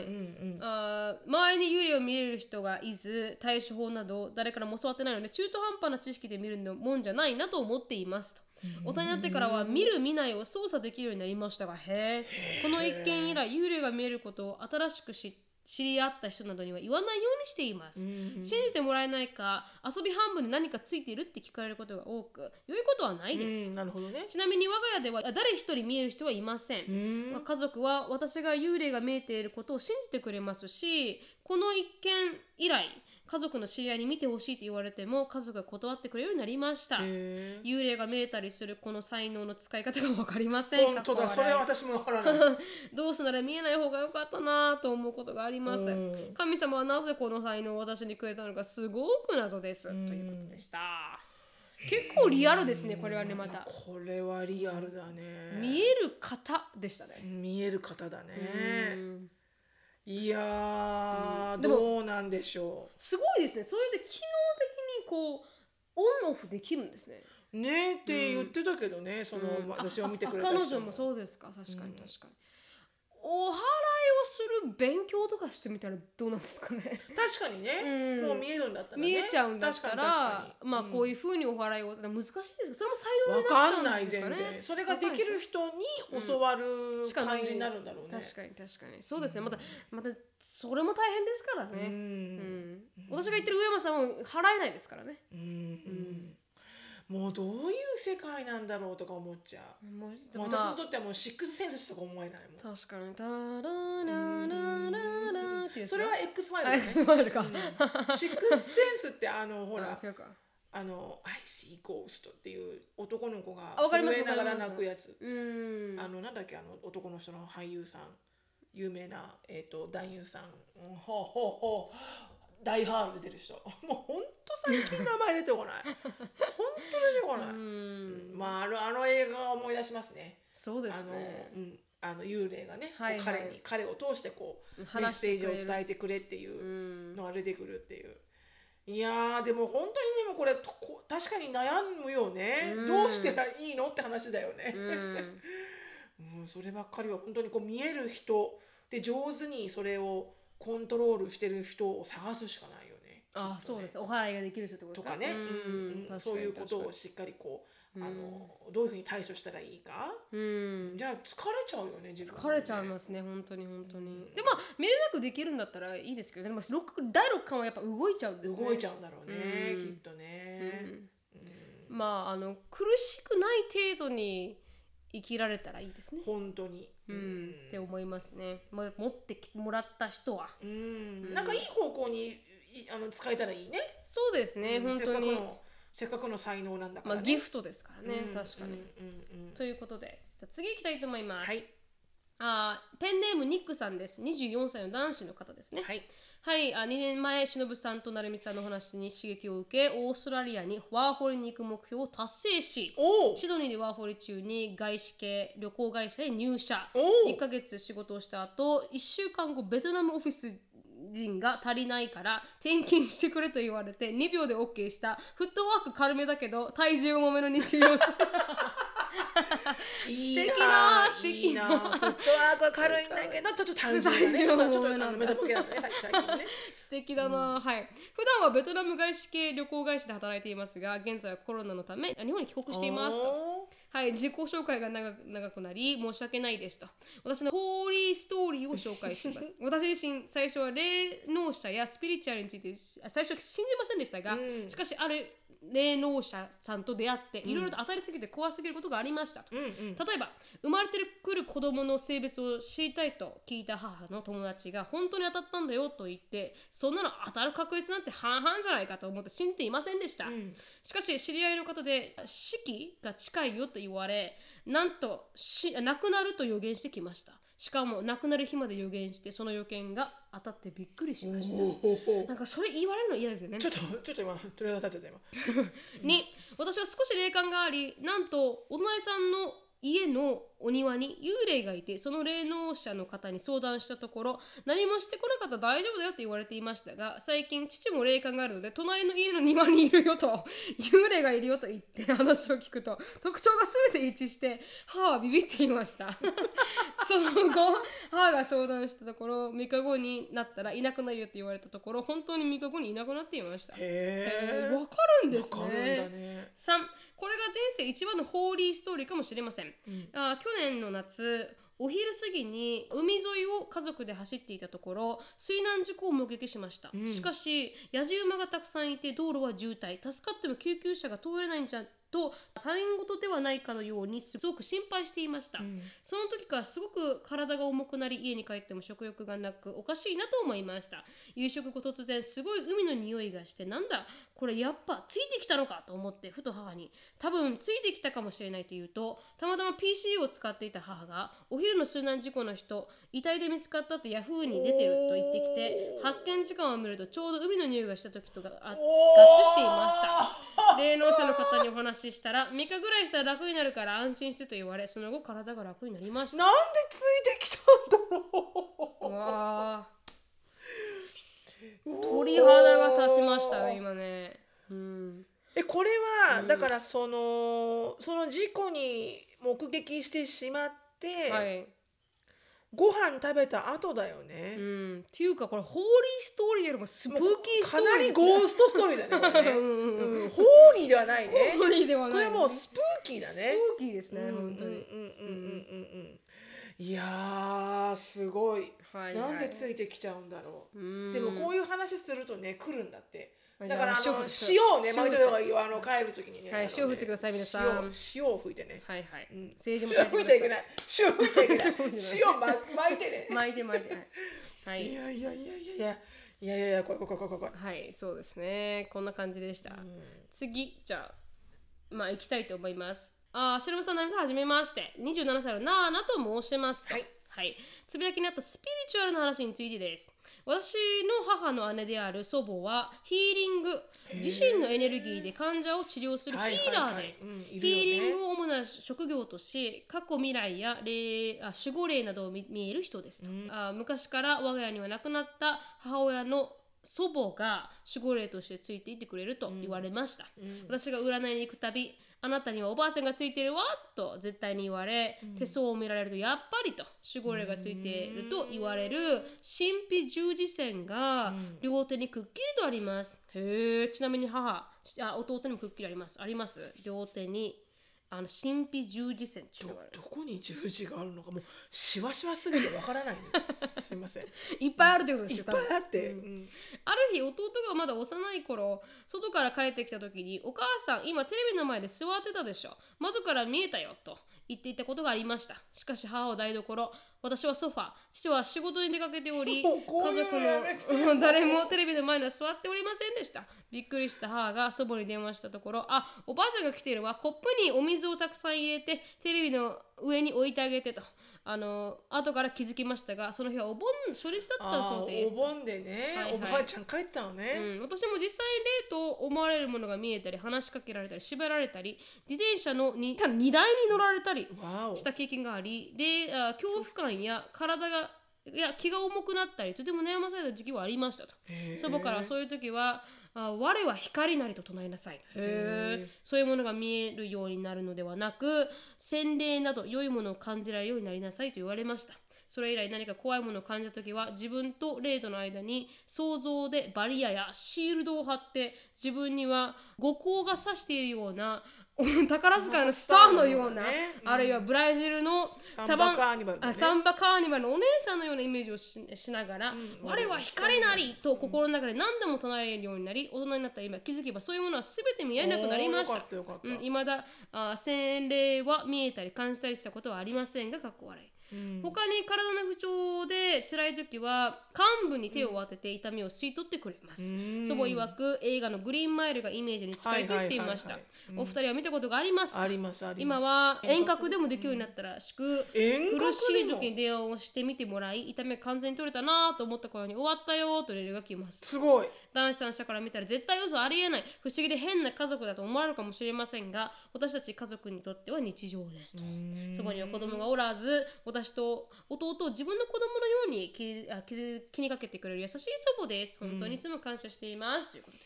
Speaker 1: い。
Speaker 2: ん、
Speaker 1: あー周りに幽霊を見れる人がいず対処法など誰からも教わってないので中途半端な知識で見るもんじゃないなと思っていますと大人になってからは見る見ないを操作できるようになりましたがへえこの一件以来幽霊が見えることを新しく知知り合った人などには言わないようにしています、信じてもらえないか遊び半分で何かついているって聞かれることが多く良いことはないです、
Speaker 2: うんなるほどね。
Speaker 1: ちなみに我が家では誰一人見える人はいません
Speaker 2: う、ん
Speaker 1: 家族は私が幽霊が見えていることを信じてくれますしこの一件以来家族の知り合いに見てほしいと言われても家族が断ってくれるようになりました、
Speaker 2: へー
Speaker 1: 幽霊が見えたりするこの才能の使い方が分かりません
Speaker 2: 本当だ、
Speaker 1: かっこ
Speaker 2: それ
Speaker 1: 笑い
Speaker 2: は私もわからない。
Speaker 1: どうせなら見えない方が良かったなぁと思うことがあります、
Speaker 2: うん
Speaker 1: 神様はなぜこの才能を私にくれたのかすごく謎です、
Speaker 2: うん
Speaker 1: ということでした結構リアルですねこれはねまた
Speaker 2: これはリアルだね。
Speaker 1: 見える方でしたね
Speaker 2: 見える方だ
Speaker 1: う
Speaker 2: ね。
Speaker 1: ん
Speaker 2: いやー、
Speaker 1: うんでも
Speaker 2: どうなんでしょ
Speaker 1: すごいですねそれで機能的にこうオンオフできるんですね
Speaker 2: う。ねって言ってたけどね、その、
Speaker 1: うん
Speaker 2: まあ私を見てく
Speaker 1: あ
Speaker 2: れた
Speaker 1: あ
Speaker 2: 人
Speaker 1: 彼女もそうですか確かに確かに、お祓いをする勉強とかしてみたらどうなんですかね
Speaker 2: 確かにね、
Speaker 1: うん
Speaker 2: もう見えるんだったら、ね、
Speaker 1: 見えちゃうんだった
Speaker 2: 確
Speaker 1: ら、
Speaker 2: かに確かに
Speaker 1: まあこういううふうにお祓いを難しいですけどそれも才能にな
Speaker 2: わ
Speaker 1: っち
Speaker 2: かん
Speaker 1: ゃ
Speaker 2: な
Speaker 1: うん
Speaker 2: い
Speaker 1: です
Speaker 2: 全
Speaker 1: か
Speaker 2: 然
Speaker 1: ね
Speaker 2: それができる人に教わる
Speaker 1: しかな
Speaker 2: 感
Speaker 1: い
Speaker 2: じになるんだろうね、
Speaker 1: 確かに確かにそうですねまたまたそれも大変ですから
Speaker 2: う
Speaker 1: ねうん、
Speaker 2: ん、
Speaker 1: 私が言ってる上山さんは払えないですからね
Speaker 2: うんもうどういう世界なんだろうとか思っちゃう
Speaker 1: もう
Speaker 2: もう
Speaker 1: ま
Speaker 2: 私
Speaker 1: あ
Speaker 2: にとってはもうシックスセンスしか思えないもん
Speaker 1: 確かに「タラララララ」っていうやつ
Speaker 2: それは X ファイル
Speaker 1: あ
Speaker 2: だ
Speaker 1: れ
Speaker 2: ね
Speaker 1: スマイルか、
Speaker 2: うんシックスセンスってあのほら
Speaker 1: あ違うか
Speaker 2: あの「I see ghost」っていう男の子が
Speaker 1: あわかります
Speaker 2: 震えながら
Speaker 1: わかります
Speaker 2: 泣くやつ
Speaker 1: うーん
Speaker 2: あのなんだっけあの男の人の俳優さん有名な、えー、と男優さん、うん、ほうほうほうダイハード出てる人も [laughs] うほんと最近名前出て
Speaker 1: [laughs]
Speaker 2: こないほんと出てこな
Speaker 1: う
Speaker 2: い、
Speaker 1: ーん
Speaker 2: まああのあの映画は思い出しますね
Speaker 1: そうですね
Speaker 2: あの、うん、あの幽霊がね、こう
Speaker 1: はいはい
Speaker 2: 彼に彼を通してこうメッ
Speaker 1: 話し
Speaker 2: セー
Speaker 1: てく
Speaker 2: ジ
Speaker 1: れ
Speaker 2: を
Speaker 1: る
Speaker 2: 伝えてくれっていう
Speaker 1: ー
Speaker 2: う
Speaker 1: ん
Speaker 2: のが出てくるっていう。いやーでも本当にでもこれこ確かに悩むよね、
Speaker 1: うん
Speaker 2: どうしたらいいのって話だよね。
Speaker 1: うーん
Speaker 2: うん、そればっかりは本当にこう見える人で上手にそれをコントロールしてる人を探すしかないよね。
Speaker 1: あそうですお祓いができる人ってこと
Speaker 2: と
Speaker 1: ですか
Speaker 2: かね、
Speaker 1: う
Speaker 2: うん
Speaker 1: ーん
Speaker 2: そういうこ
Speaker 1: 確
Speaker 2: とを
Speaker 1: か
Speaker 2: しっかりこう、
Speaker 1: うん
Speaker 2: あのどういうふうに対処したらいいか、
Speaker 1: にうーん
Speaker 2: じゃあ疲れちゃうよね自分も
Speaker 1: 疲
Speaker 2: ね
Speaker 1: れちゃいますね本当に本当にでまあ見れなくできるんだったらいいですけどねでも六第六感はやっぱ動いちゃうんですね
Speaker 2: 動いちゃうんだろうね、
Speaker 1: うん
Speaker 2: きっと
Speaker 1: う
Speaker 2: ね。
Speaker 1: ん
Speaker 2: うん
Speaker 1: まああの苦しくない程度に生きられたらいいですね
Speaker 2: 本当に、
Speaker 1: う
Speaker 2: うん
Speaker 1: ん、って思いますね、まあ、持ってきてもらった人は
Speaker 2: うんなんかいい方向にいあの使えたらいいね。
Speaker 1: そうですね、
Speaker 2: う
Speaker 1: 本当
Speaker 2: んせっ
Speaker 1: に
Speaker 2: かく、のせっかくの才能なんだか
Speaker 1: ま
Speaker 2: ら
Speaker 1: あ、
Speaker 2: ね。
Speaker 1: ギフトですからね、
Speaker 2: うん
Speaker 1: 確かに、。
Speaker 2: うんうんうん
Speaker 1: ということでじゃあ次行きたいと思います、
Speaker 2: はい
Speaker 1: あーペンネームニックさんです24歳の男子の方ですね
Speaker 2: はい。
Speaker 1: はい、あ2年前、しのぶさんとなるみさんのお話に刺激を受け、オーストラリアにワーホリに行く目標を達成し、
Speaker 2: おお。
Speaker 1: シドニーでワーホリ中に外資系旅行会社へ入社。
Speaker 2: お
Speaker 1: 1ヶ月仕事をした後、1週間後、ベトナムオフィス人が足りないから転勤してくれと言われて2秒で OK した。フットワーク軽めだけど、体重重めの24歳。
Speaker 2: い
Speaker 1: 素敵な素
Speaker 2: いい
Speaker 1: 敵な
Speaker 2: なフットワークは軽いんだ
Speaker 1: [laughs]
Speaker 2: けどちょっと単純だね
Speaker 1: 体
Speaker 2: ちょ
Speaker 1: 重も
Speaker 2: っとちょっとあ
Speaker 1: なんだ
Speaker 2: の目玉系だったねさ最近ね
Speaker 1: 素敵だな、はい普段はベトナム外資系旅行会社で働いていますが現在はコロナのため日本に帰国していますとはい自己紹介が長く長くなり申し訳ないですと私のホーリーストーリーを紹介します
Speaker 2: [laughs]
Speaker 1: 私自身最初は霊能者やスピリチュアルについてあ最初は信じませんでしたが、
Speaker 2: うん
Speaker 1: しかしある霊能者さんと出会っていろいろと当たりすぎて怖すぎることがありましたと、
Speaker 2: うんうん
Speaker 1: 例えば生まれてくる子供の性別を知りたいと聞いた母の友達が本当に当たったんだよと言ってそんなの当たる確率なんて半々じゃないかと思って信じていませんでした、
Speaker 2: うん
Speaker 1: しかし知り合いの方で死期が近いよと言われなんとし亡くなると予言してきましたしかも亡くなる日まで予言してその予見が当たってびっくりしました
Speaker 2: おおお
Speaker 1: なんかそれ言われるの嫌ですよね
Speaker 2: ちょっとちょっと今取り出されちゃった今
Speaker 1: に私は少し霊感がありなんとお隣さんの家のお庭に幽霊がいてその霊能者の方に相談したところ何もしてこなかったら大丈夫だよって言われていましたが最近父も霊感があるので隣の家の庭にいるよと [laughs] 幽霊がいるよと言って話を聞くと特徴が全て一致して母はビビっていました [laughs] その後母が相談したところ3日後になったらいなくなるよって言われたところ本当に3日後にいなくなっていましたえー
Speaker 2: へ
Speaker 1: わ、かるんです
Speaker 2: わかるんだ
Speaker 1: ね。
Speaker 2: ね。
Speaker 1: 3これが人生一番のホーリーストーリーかもしれません。
Speaker 2: うん
Speaker 1: あー去年の夏お昼過ぎに海沿いを家族で走っていたところ水難事故を目撃しました、
Speaker 2: うん
Speaker 1: しかし野じ馬がたくさんいて道路は渋滞助かっても救急車が通れないんじゃと他人事ではないかのようにすごく心配していました、
Speaker 2: うん
Speaker 1: その時からすごく体が重くなり家に帰っても食欲がなくおかしいなと思いました夕食後突然すごい海の匂いがしてなんだこれやっぱついてきたのかと思ってふと母に多分ついてきたかもしれないと言うとたまたま PC を使っていた母がお昼の水難事故の人遺体で見つかったってヤフーに出てると言ってきて
Speaker 2: おー
Speaker 1: 発見時間を見るとちょうど海の匂いがした時とかあっ致
Speaker 2: 合
Speaker 1: していました霊能者の方にお話ししたら3日ぐらいしたら楽になるから安心してと言われその後体が楽になりました
Speaker 2: なんでついてきたんだろ
Speaker 1: わ
Speaker 2: う。
Speaker 1: 鳥肌が立ちましたね。今ねうん
Speaker 2: えこれは、
Speaker 1: うん
Speaker 2: だからそのその事故に目撃してしまって、
Speaker 1: はい、
Speaker 2: ご飯食べた後だよね
Speaker 1: う。ん、っていうかこれホーリーストーリーよりもスプーキースト
Speaker 2: か
Speaker 1: ー
Speaker 2: な
Speaker 1: リー
Speaker 2: り
Speaker 1: ですね
Speaker 2: ゴーストストーリーだね。これね
Speaker 1: うんうんうん
Speaker 2: うんホーリーではないね。
Speaker 1: ホーリーではない
Speaker 2: これはもうスプーキーだ
Speaker 1: スプ
Speaker 2: ね。
Speaker 1: ーキーですね、
Speaker 2: うん
Speaker 1: 本当に、
Speaker 2: うんうんうんうんうんうんいやーすごい。
Speaker 1: はい、
Speaker 2: なんでつ
Speaker 1: い
Speaker 2: いてきちゃうんだろう。
Speaker 1: うん
Speaker 2: でもこういう話するとね来るんだって。
Speaker 1: はい
Speaker 2: だからあの
Speaker 1: じゃあ
Speaker 2: 塩をね
Speaker 1: 塩を
Speaker 2: 巻いといた方がいいよあの帰る時にね。
Speaker 1: はい
Speaker 2: あのね
Speaker 1: 塩振ってください皆さん
Speaker 2: 塩塩を吹いてね。
Speaker 1: はいはい、
Speaker 2: うん
Speaker 1: 政治
Speaker 2: 塩
Speaker 1: も
Speaker 2: 吹いちゃいけ
Speaker 1: い
Speaker 2: ない。塩吹いちゃいけない
Speaker 1: [laughs] 塩吹い。ちゃいけ
Speaker 2: 塩ま巻いてね。
Speaker 1: 巻いて巻いてはいい、
Speaker 2: やいやいやいやいやいやいやいやこれこれこれこれこれ。
Speaker 1: はいはい、そうですねこんな感じでした、
Speaker 2: うん
Speaker 1: 次じゃあまあ行きたいと思いますあー白間さん奈美さんはじめまして27歳のなあなと申しますと
Speaker 2: はい、
Speaker 1: はい、つぶやきにあったスピリチュアルの話についてです私の母の姉である祖母はヒーリング自身のエネルギーで患者を治療するヒーラーです
Speaker 2: はいはいはいう
Speaker 1: ヒ
Speaker 2: んい
Speaker 1: ー
Speaker 2: るよね
Speaker 1: リングを主な職業とし過去未来や霊あ守護霊などを見見える人ですと、
Speaker 2: うん
Speaker 1: あ昔から我が家には亡くなった母親の祖母が守護霊としてついていてくれると言われました、
Speaker 2: うん
Speaker 1: 私が占いに行くたび「あなたにはおばあちゃんがついてるわ」と絶対に言われ、手相を見られると「やっぱり」と守護霊がついていると言われる神秘十字線が
Speaker 2: ん
Speaker 1: 両手にくっきりとあります。へえちなみに母ちあ弟にもくっきりあります。あります両手にあの神秘十字線っていうの
Speaker 2: ど
Speaker 1: がある
Speaker 2: どこに十字があるのかもうしわしわすぎてわからない、ね、すいませんい
Speaker 1: いっぱいあるってことですよ
Speaker 2: っぱ
Speaker 1: 多
Speaker 2: い
Speaker 1: 分
Speaker 2: あって、
Speaker 1: う
Speaker 2: うん
Speaker 1: ある日弟がまだ幼い頃外から帰ってきた時に「お母さん今テレビの前で座ってたでしょ窓から見えたよ」と言っていたことがありましたしかし母は台所私はソファ父は仕事に出かけてお
Speaker 2: [laughs]
Speaker 1: り
Speaker 2: もうこう
Speaker 1: 家
Speaker 2: いう
Speaker 1: 族
Speaker 2: のやめて
Speaker 1: の誰もテレビの前には座っておりませんでしたびっくりした母が祖母に電話したところ「あおばあちゃんが来ているわコップにお水をたくさん入れてテレビの上に置いてあげて」と。あの後から気づきましたがその日はお盆初日だった
Speaker 2: あ
Speaker 1: そう
Speaker 2: ー
Speaker 1: で
Speaker 2: お
Speaker 1: す
Speaker 2: 盆でね、
Speaker 1: はいはい
Speaker 2: おばあちゃん帰ってたのね、
Speaker 1: うん、私も実際に霊と思われるものが見えたり話しかけられたり縛られたり自転車のに荷台に乗られたり
Speaker 2: わお
Speaker 1: した経験があり霊あ恐怖感や体がいや気が重くなったりとても悩まされた時期はありましたと
Speaker 2: へー
Speaker 1: 祖母からそういう時は「あ我は光なり」と唱えなさいへーそういうものが見えるようになるのではなく洗礼など良いものを感じられるようになりなさいと言われましたそれ以来何か怖いものを感じた時は自分と霊との間に想像でバリアやシールドを貼って自分には五光が差しているような [laughs] 宝塚のスターのような、
Speaker 2: スターのようなねうん
Speaker 1: あるいはブラジルの
Speaker 2: サバカーニバルだ
Speaker 1: あ
Speaker 2: ね
Speaker 1: サンバカーニバルのお姉さんのようなイメージをししながら、
Speaker 2: ん
Speaker 1: 我は光なりと心の中で何度も唱えるようになり、大人になった今気づけばそういうものは全て見えなくなりました
Speaker 2: おーよかったよかった
Speaker 1: うん、未だあ洗礼は見えたり感じたりしたことはありませんがかっこ悪い
Speaker 2: うん
Speaker 1: 他に体の不調で辛い時は患部に手を当てて痛みを吸い取ってくれます、
Speaker 2: うん
Speaker 1: 祖母曰く映画のグリーンマイルがイメージに近いと言っていました、
Speaker 2: はいはいはいはいうん
Speaker 1: お二人は見たことがありますか
Speaker 2: ありますありま
Speaker 1: 今
Speaker 2: す
Speaker 1: は遠隔でもできるようになったらしく、
Speaker 2: 遠隔でも
Speaker 1: 苦しい時に電話をしてみてもらい痛みが完全に取れたなと思った頃に終わったよと連絡が来ます
Speaker 2: すごい
Speaker 1: 男子三者から見たら絶対嘘ありえない不思議で変な家族だと思われるかもしれませんが私たち家族にとっては日常ですとそこには子供がおらず私と弟を自分の子供のように気あ気気にかけてくれる優しい祖母です本当にいつも感謝しています、ということで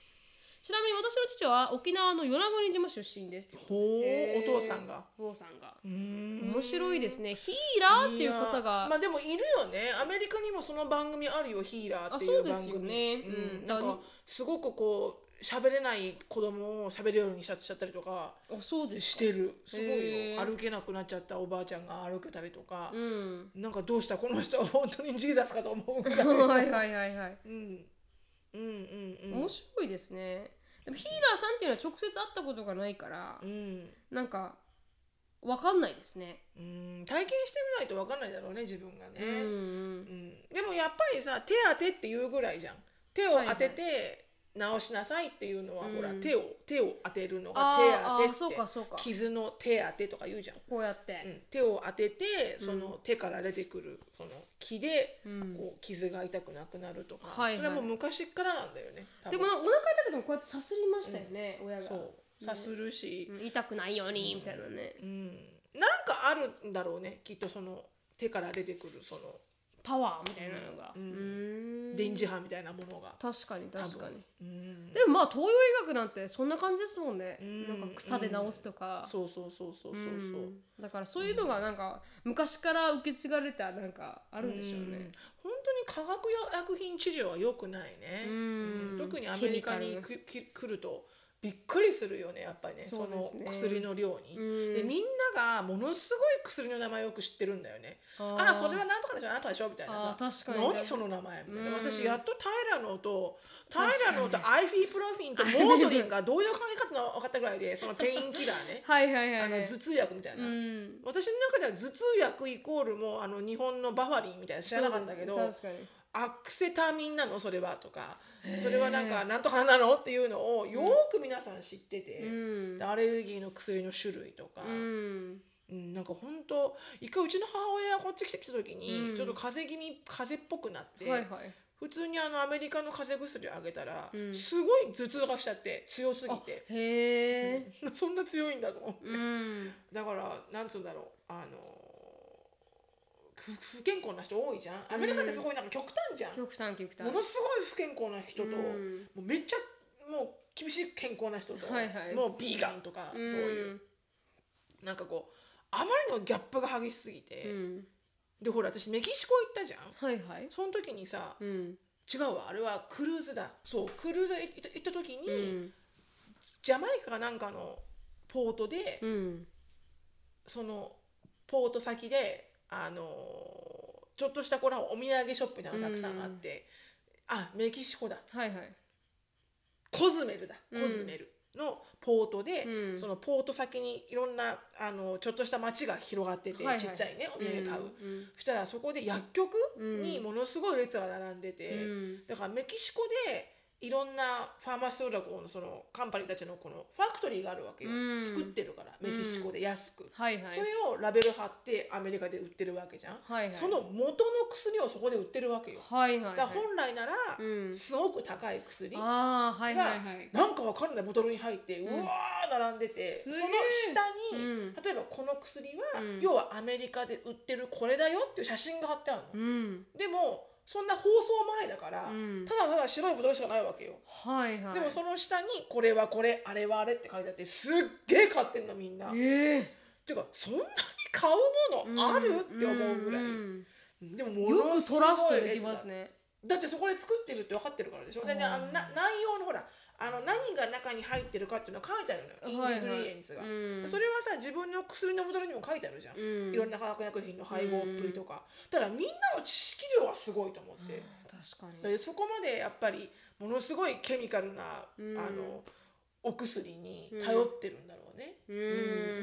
Speaker 1: ちなみに私の父は沖縄の与那国島出身ですということで
Speaker 2: ほう
Speaker 1: へー
Speaker 2: お父さんが
Speaker 1: お父さんが面
Speaker 2: 面
Speaker 1: 白いですねヒーラーっていう方が
Speaker 2: まあでもいるよねアメリカにもその番組あるよヒーラーってい
Speaker 1: あそううです
Speaker 2: 番組
Speaker 1: よね
Speaker 2: うん
Speaker 1: うん
Speaker 2: なん
Speaker 1: だ
Speaker 2: か
Speaker 1: に
Speaker 2: すごくこう喋れない子供を喋るようにしちゃったりとか
Speaker 1: あそうです
Speaker 2: してるすごい
Speaker 1: へ
Speaker 2: よ
Speaker 1: ー
Speaker 2: 歩けなくなっちゃったおばあちゃんが歩けたりとか
Speaker 1: う、ん
Speaker 2: なんかどうしたこの人は本当にジーザスかと思う
Speaker 1: [laughs]
Speaker 2: ぐらい、うん、
Speaker 1: はいはいはいはい
Speaker 2: うんうんうん
Speaker 1: 面白いですねでもヒーラーさんっていうのは直接会ったことがないから
Speaker 2: うん
Speaker 1: なんかわかんないですね
Speaker 2: うん体験してみないと分かんないだろうね自分がね、
Speaker 1: うんうん
Speaker 2: うんでもやっぱりさ手当てっていうぐらいじゃん手を当てて直しなさいっていうのは、
Speaker 1: うん
Speaker 2: ほら手を手を当てるのが
Speaker 1: あー
Speaker 2: 手当て
Speaker 1: あー
Speaker 2: って
Speaker 1: そうかそうか
Speaker 2: 傷の手当てとか言うじゃん、
Speaker 1: こうやっ
Speaker 2: う
Speaker 1: て、
Speaker 2: ん、手を当ててその手から出てくるその木で
Speaker 1: うん
Speaker 2: こう傷が痛くなくなるとか、
Speaker 1: はいはい
Speaker 2: それはもう昔からなんだよね多
Speaker 1: で
Speaker 2: 分
Speaker 1: もなんかお腹痛い時もこうやってさすりましたよね、親が
Speaker 2: そうさするし、
Speaker 1: うん痛くないようにみたいなね、
Speaker 2: うん、なんかあるんだろうねきっとその手から出てくるその
Speaker 1: パワーみたいなのが、う
Speaker 2: うん
Speaker 1: ーん
Speaker 2: 電磁波みたいなものが
Speaker 1: 確かに
Speaker 2: 多分
Speaker 1: 確かに、
Speaker 2: うん、
Speaker 1: でもまあ東洋医学なんてそんな感じですもんね、
Speaker 2: うん
Speaker 1: なんか草で治すとか、
Speaker 2: そうそうそうそうそうそう、
Speaker 1: うんだからそういうのがなんか昔から受け継がれたなんかあるんでしょうね。
Speaker 2: 本当に化学薬品治療は良くないね、
Speaker 1: うん
Speaker 2: うん特にアメリカ
Speaker 1: ケミ
Speaker 2: に
Speaker 1: カ
Speaker 2: くき来るとびっくりするよねやっぱりねそ
Speaker 1: そうですね
Speaker 2: の薬の量に、
Speaker 1: うん
Speaker 2: でみんながものすごい薬の名前をよく知ってるんだよね
Speaker 1: あー
Speaker 2: ああそれはなんとかでしょあなたでしょみたいなさ
Speaker 1: あー確かに
Speaker 2: 何その名前みたいな、
Speaker 1: うん
Speaker 2: 私やっとタイラノとタイ
Speaker 1: 確かに
Speaker 2: ラノとアイフィープロフィンとモートリンがどういう考え方なのか分かったぐらいでそのペインキラ
Speaker 1: [laughs]
Speaker 2: ーね
Speaker 1: はいはいはい、
Speaker 2: あの
Speaker 1: はい、
Speaker 2: 頭痛薬みたいな、
Speaker 1: うん
Speaker 2: 私の中では頭痛薬イコールもうあの日本のバファリンみたいなの知らなかったけど、
Speaker 1: そうですね確かに
Speaker 2: アクセタミンなのそれはとかそれはなんかなんとかなのっていうのをよーく皆さん知ってて、
Speaker 1: うん
Speaker 2: でアレルギーの薬の種類とか、
Speaker 1: うん
Speaker 2: うんなんか本当一回うちの母親がこっち来てきた時に、
Speaker 1: うん
Speaker 2: ちょっと風邪気味風邪っぽくなって、
Speaker 1: はいはい
Speaker 2: 普通にあのアメリカの風邪薬あげたら、
Speaker 1: うん
Speaker 2: すごい頭痛がしちゃって強すぎ
Speaker 1: あ
Speaker 2: て、
Speaker 1: へえ
Speaker 2: [laughs] そんな強いんだと思って。
Speaker 1: うん
Speaker 2: だからなんつうんだろうあのふ不健康な人多いじゃんアメリカってすごいなんか極端じゃん、
Speaker 1: 極端極端
Speaker 2: ものすごい不健康な人と、
Speaker 1: うん
Speaker 2: もうめっちゃもう厳しい健康な人と、
Speaker 1: はいはい
Speaker 2: もうビーガンとか、そういうなんかこうあまりのギャップが激しすぎて、
Speaker 1: うんうん
Speaker 2: でほら私メキシコ行ったじゃん
Speaker 1: はいはい
Speaker 2: その時にさ
Speaker 1: うん
Speaker 2: 違うわあれはクルーズだそうクルーズ行った行った時に、
Speaker 1: うん
Speaker 2: ジャマイカかなんかのポートで、
Speaker 1: うん
Speaker 2: そのポート先で、あのーちょっとしたこれはお土産ショップみたいなのたくさんあって、あメキシコだ
Speaker 1: はいはい
Speaker 2: コズメルだ
Speaker 1: うん
Speaker 2: コズメルのポートで、
Speaker 1: うん
Speaker 2: そのポート先にいろんな、あのちょっとした街が広がってて、
Speaker 1: はいはい
Speaker 2: ちっちゃいねお土産買う、
Speaker 1: うん
Speaker 2: そしたらそこで薬局にものすごい列が並んでて、
Speaker 1: うん
Speaker 2: だからメキシコでいろんなファーマスーラコのそのカンパニーたちのこのファクトリーがあるわけよ、
Speaker 1: うん
Speaker 2: 作ってるからメキシコで安く、
Speaker 1: はいはい
Speaker 2: それをラベル貼ってアメリカで売ってるわけじゃん、
Speaker 1: はいはい
Speaker 2: その元の薬をそこで売ってるわけよ、
Speaker 1: はいはい
Speaker 2: だ
Speaker 1: は
Speaker 2: から
Speaker 1: い
Speaker 2: 本来なら、
Speaker 1: うん
Speaker 2: すごく高い薬が、
Speaker 1: ああはいはいはい
Speaker 2: なんかわかんないボトルに入ってうわー並んでて、
Speaker 1: すげー
Speaker 2: その下に、
Speaker 1: うん
Speaker 2: 例えばこの薬は、
Speaker 1: うん
Speaker 2: 要はアメリカで売ってるこれだよっていう写真が貼ってあるの、
Speaker 1: うん
Speaker 2: でもそんな放送前だから、
Speaker 1: うん
Speaker 2: ただただ白いボトルしかないわけよ、
Speaker 1: はいはい
Speaker 2: でもその下にこれはこれあれはあれって書いてあってすっげえ買ってんのみんな。
Speaker 1: ええ
Speaker 2: てかそんなに買うものある、って思うぐらい、
Speaker 1: ん
Speaker 2: でも
Speaker 1: うん
Speaker 2: も
Speaker 1: よ
Speaker 2: の
Speaker 1: く
Speaker 2: すご
Speaker 1: ト
Speaker 2: い
Speaker 1: ラストできます
Speaker 2: や
Speaker 1: ね
Speaker 2: つだだってそこで作ってるって分かってるからでしょでねあのな内容のほらあの何が中に入ってるかっていうのが書いてあるのよ、
Speaker 1: はいはい
Speaker 2: イングリエンツが、
Speaker 1: うん
Speaker 2: それはさ自分の薬のボトルにも書いてあるじゃん、
Speaker 1: うん
Speaker 2: いろんな化学薬品の配合っぷりとか、ただみんなの知識量はすごいと思って、
Speaker 1: 確か
Speaker 2: だ
Speaker 1: に
Speaker 2: からそこまでやっぱりものすごいケミカルな、
Speaker 1: うん
Speaker 2: あのお薬に頼ってるんだろうね、
Speaker 1: う
Speaker 2: う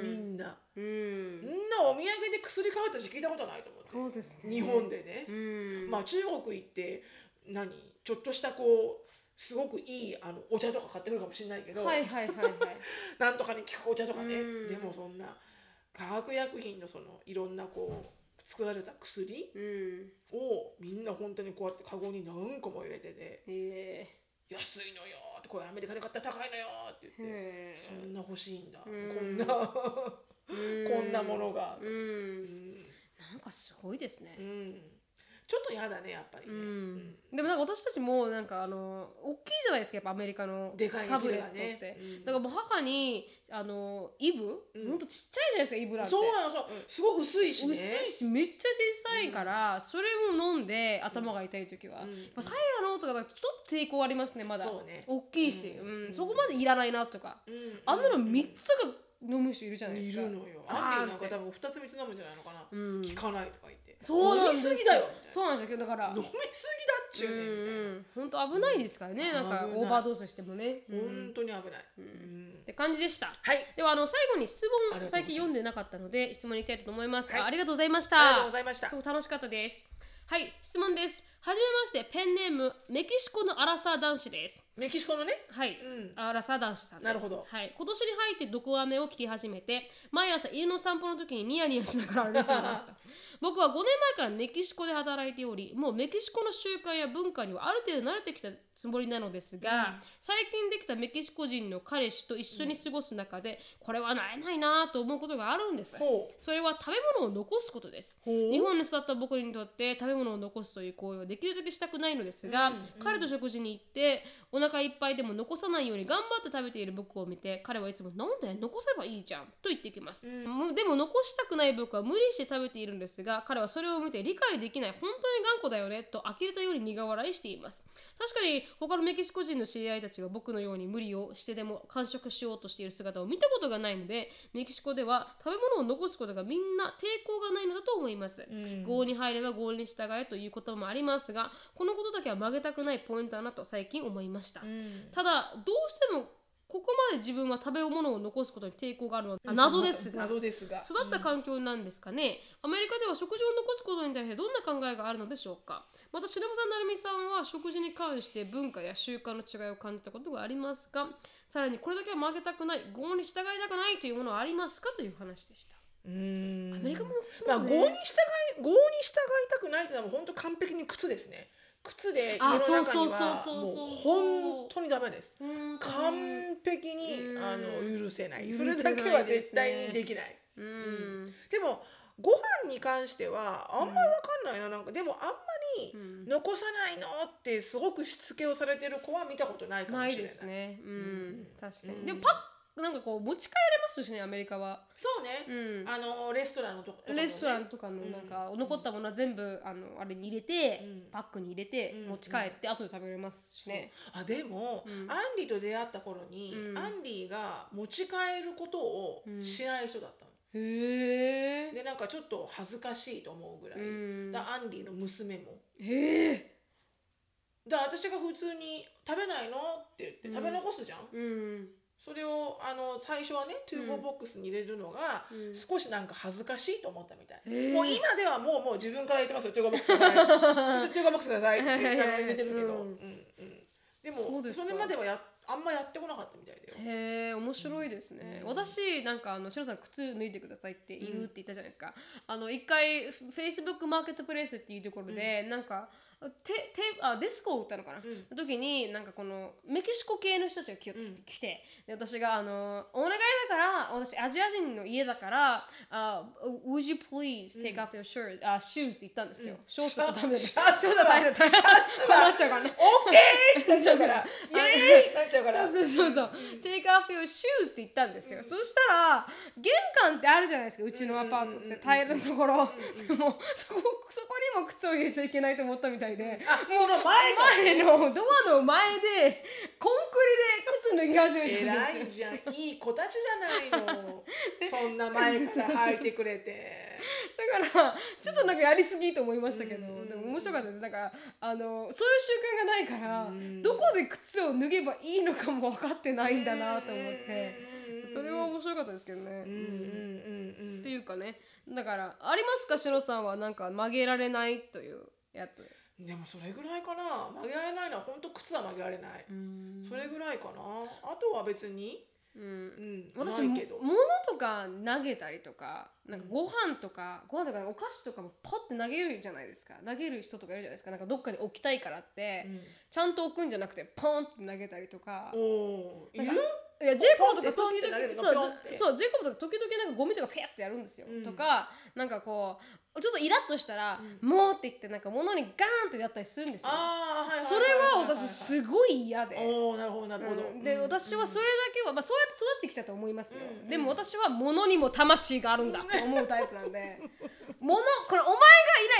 Speaker 2: んみ
Speaker 1: ん
Speaker 2: んな
Speaker 1: う
Speaker 2: みん
Speaker 1: ん
Speaker 2: なお土産で薬買うって聞いたことないと思
Speaker 1: そ
Speaker 2: っ
Speaker 1: うです
Speaker 2: て、
Speaker 1: ね
Speaker 2: 日本でね、
Speaker 1: うん
Speaker 2: まあ中国行って何ちょっとしたこうすごくいいあのお茶とか買ってくるかもしれないけど、
Speaker 1: はいはいはいはい
Speaker 2: なんとかに効くお茶とかね、
Speaker 1: うん
Speaker 2: でもそんな化学薬品のそのいろんなこう作られた薬
Speaker 1: うん
Speaker 2: をみんな本当にこうやってカゴに何個も入れてて
Speaker 1: え
Speaker 2: 「安いのよ」って「これアメリカで買ったら高いのよ」って
Speaker 1: ー
Speaker 2: 言って
Speaker 1: へ
Speaker 2: 「そんな欲しいんだ、
Speaker 1: うん
Speaker 2: こんなこ
Speaker 1: ー
Speaker 2: んなものが」
Speaker 1: う
Speaker 2: うんん
Speaker 1: なんかすごいですね
Speaker 2: うんちょっと嫌だねやっぱりね、
Speaker 1: うん
Speaker 2: うん
Speaker 1: でもなんか私たちもなんかあの大きいじゃないですかやっぱアメリカの
Speaker 2: でかいね
Speaker 1: タブ
Speaker 2: ビ
Speaker 1: レ
Speaker 2: ル
Speaker 1: ッ
Speaker 2: が
Speaker 1: トっ
Speaker 2: ね
Speaker 1: て、
Speaker 2: うん
Speaker 1: だからもう母にあのイブ、
Speaker 2: うん
Speaker 1: ほんとちっちゃいじゃないですかイブなんて
Speaker 2: そうなのそうすごい薄いしね
Speaker 1: 薄いしめっちゃ小さいから、それも飲んで頭が痛い時は、
Speaker 2: うん
Speaker 1: まあ、平らのとかだとちょっと抵抗ありますねまだ
Speaker 2: そうね
Speaker 1: 大きいし、う
Speaker 2: うんん
Speaker 1: そこまでいらないなとか、
Speaker 2: うんうん
Speaker 1: あんなの3つとか飲む人いるじゃないで
Speaker 2: い
Speaker 1: すか
Speaker 2: るのよ
Speaker 1: ガーンって
Speaker 2: アンディなんか多分2つ3つ飲むんじゃないのかな、
Speaker 1: うん
Speaker 2: 聞かないとか言って
Speaker 1: そうなんです
Speaker 2: 飲みすぎだよみたい
Speaker 1: そうなんですよだから
Speaker 2: な飲みすぎだっちゅうねみたいな、
Speaker 1: 本当危ないですからね、
Speaker 2: うん
Speaker 1: なんか
Speaker 2: 危ない
Speaker 1: オーバードーズしてもね、うんっ
Speaker 2: 本当に危ない、うん
Speaker 1: て感じでした
Speaker 2: はいあり
Speaker 1: ではあの最後に質問
Speaker 2: ありがとうございます
Speaker 1: 最近読んでなかったので質問に行きたいと思います、
Speaker 2: はい
Speaker 1: あありがとうございました
Speaker 2: がとうございました
Speaker 1: すごく楽しかったですはい質問ですはじめましてペンネームメキシコのアラサー男子です
Speaker 2: メキシコのね
Speaker 1: はい、
Speaker 2: うん
Speaker 1: アラサー男子さんです
Speaker 2: なるほど
Speaker 1: はい、今年に入って毒アメを聞き始めて毎朝犬の散歩の時にニヤニヤしながら歩いていました
Speaker 2: [laughs]
Speaker 1: 僕は5年前からメキシコで働いておりもうメキシコの習慣や文化にはある程度慣れてきたつもりなのですが、最近できたメキシコ人の彼氏と一緒に過ごす中で、これはなえないなと思うことがあるんです
Speaker 2: ほう
Speaker 1: それは食べ物を残すことです
Speaker 2: ほう
Speaker 1: 日本に育った僕にとって食べ物を残すという行為はできるだけしたくないのですが、彼と食事に行ってお腹いっぱいでも残さないように頑張って食べている僕を見て彼はいつも「なんで残せばいいじゃん」と言ってきます、むでも残したくない僕は無理して食べているんですが彼はそれを見て理解できない本当に頑固だよねと呆れたように苦笑いしています確かに他のメキシコ人の知り合いたちが僕のように無理をしてでも完食しようとしている姿を見たことがないのでメキシコでは食べ物を残すことがみんな抵抗がないのだと思います、
Speaker 2: うん
Speaker 1: 合に入れば合に従えということもありますがこのことだけは曲げたくないポイントだなと最近思いました、
Speaker 2: うん
Speaker 1: ただどうしてもここまで自分は食べ物を残すことに抵抗があるのはあ謎ですが
Speaker 2: 謎ですが
Speaker 1: 育った環境なんですかね、アメリカでは食事を残すことに対してどんな考えがあるのでしょうかまた忍さん成美さんは食事に関して文化や習慣の違いを感じたことがありますかさらにこれだけは曲げたくない合に従いたくないというものはありますかという話でした
Speaker 2: うん
Speaker 1: アメリカもそうで
Speaker 2: まあ、
Speaker 1: す
Speaker 2: 合に
Speaker 1: ね、
Speaker 2: 従い合に従いたくないってのはもう本当完璧に靴ですね靴で世
Speaker 1: あ
Speaker 2: の中には
Speaker 1: そうそうそう
Speaker 2: も
Speaker 1: そう
Speaker 2: う
Speaker 1: そう
Speaker 2: 本当にダメです
Speaker 1: うん
Speaker 2: 完璧に
Speaker 1: うん
Speaker 2: あの許せない
Speaker 1: 許
Speaker 2: そ
Speaker 1: せない
Speaker 2: れだけは絶対にできない
Speaker 1: うん
Speaker 2: でもご飯に関してはあんまりわかんないななんかでもあんまり
Speaker 1: うん
Speaker 2: 残さないのってすごくしつけをされてる子は見たことないかも
Speaker 1: な
Speaker 2: しれない
Speaker 1: いですねうん、
Speaker 2: うん
Speaker 1: 確かに、
Speaker 2: うん
Speaker 1: でもパッなんかこう持ち帰れますしねアメリカは
Speaker 2: そう
Speaker 1: う
Speaker 2: ね、
Speaker 1: ん
Speaker 2: あのレストランのとことかもね
Speaker 1: レストランとかのなんか残ったものは全部あのあれに入れて
Speaker 2: うん
Speaker 1: パックに入れて
Speaker 2: うん
Speaker 1: 持ち帰って後で食べれますしね。
Speaker 2: あでも、
Speaker 1: うん
Speaker 2: アンリと出会った頃に、
Speaker 1: うん
Speaker 2: アンリが持ち帰ることをしない人だったの、
Speaker 1: へえ。
Speaker 2: でなんかちょっと恥ずかしいと思うぐらい、
Speaker 1: うん
Speaker 2: だアンリの娘も
Speaker 1: へえ。
Speaker 2: だ私が普通に「食べないの?」って言って
Speaker 1: うん
Speaker 2: 食べ残すじゃん、
Speaker 1: うん。
Speaker 2: それをあの最初はねトゥーボーボックスに入れるのが、
Speaker 1: うん
Speaker 2: 少しなんか恥ずかしいと思ったみたい、
Speaker 1: へえ
Speaker 2: もう今ではもうもう自分から言ってますよ「トゥーボーボッ
Speaker 1: [laughs]
Speaker 2: クスください」普通「トゥーボーボックスください」って言ってあの入れてるけど、
Speaker 1: うん
Speaker 2: うんうんでも
Speaker 1: そうです
Speaker 2: そ
Speaker 1: か
Speaker 2: れまではやあんまやってこなかったみたいだよ
Speaker 1: へえ面白いですね、
Speaker 2: うん
Speaker 1: 私なんかあのシロさん靴脱いでくださいって言うって言ったじゃないですか、あの一回フェイスブックマーケットプレイスっていうところで、なんかててあディスコを売ったのかな、
Speaker 2: ん
Speaker 1: の時になんかこのメキシコ系の人たちが来,、
Speaker 2: うん
Speaker 1: 来てで私があの「お願いだから私アジア人の家だから、あ Would you please take off your shirt、あ shoes」って言ったんですよ、ショーツはダメだ
Speaker 2: シャツは
Speaker 1: ショーツはダメだ
Speaker 2: シャツは
Speaker 1: こうなっちゃうからね
Speaker 2: オッケーなっちゃうから、イエーイなっちゃうから。
Speaker 1: そうそうそうそう「take off your shoes」って言ったんですよ、そしたら玄関ってあるじゃないですかうちのアパートって平らなところ、でもそこそこにも靴を入れちゃいけないと思ったみたいで、
Speaker 2: あ、その前が
Speaker 1: 前のドアの前でコンクリで靴脱ぎ始めたんですよ [laughs]
Speaker 2: 偉いじゃん。いい子たちじゃないの。そんな前から履いてくれて。
Speaker 1: だからちょっとなんかやりすぎと思いましたけど、
Speaker 2: うん
Speaker 1: でも面白かったですだからあのそういう習慣がないから、
Speaker 2: うん
Speaker 1: どこで靴を脱げばいいのかも分かってないんだなと思って、
Speaker 2: うん
Speaker 1: それは面白かったですけどね。
Speaker 2: うんうんうん
Speaker 1: っ
Speaker 2: う
Speaker 1: て
Speaker 2: ん
Speaker 1: いうかねだからありますかしのさんはなんか曲げられないというやつ。
Speaker 2: でもそれぐらいかな曲げられないのは本当靴は曲げられない、それぐらいかなあとは別に、
Speaker 1: うん
Speaker 2: うん、
Speaker 1: 私
Speaker 2: な
Speaker 1: も
Speaker 2: いけど
Speaker 1: 物とか投げたりとかなんかご飯とかご飯とかお菓子とかもパッて投げるじゃないですか投げる人とかいるじゃないですかなんかどっかに置きたいからって、
Speaker 2: うん
Speaker 1: ちゃんと置くんじゃなくてポンって投げたりとか
Speaker 2: おおいる
Speaker 1: なんいやジェイコブとか時
Speaker 2: ポンって
Speaker 1: 々
Speaker 2: 投げるの
Speaker 1: そう
Speaker 2: ピョンって
Speaker 1: そうジェイコブとか時々なんかゴミとかペアってやるんですよ、
Speaker 2: うん
Speaker 1: とかなんかこうちょっとイラッとしたら「
Speaker 2: う
Speaker 1: もう」って言ってなんか物にガーンってやったりするんですよ
Speaker 2: ああはいはい
Speaker 1: それは私
Speaker 2: い
Speaker 1: すごい嫌で。
Speaker 2: おおなるほどなるほど、
Speaker 1: うんで私はそれだけは、まあ、そうやって育ってきたと思いますよ、
Speaker 2: うん
Speaker 1: でも私は物にも魂があるんだと思うタイプなん
Speaker 2: [laughs]
Speaker 1: で物これお前が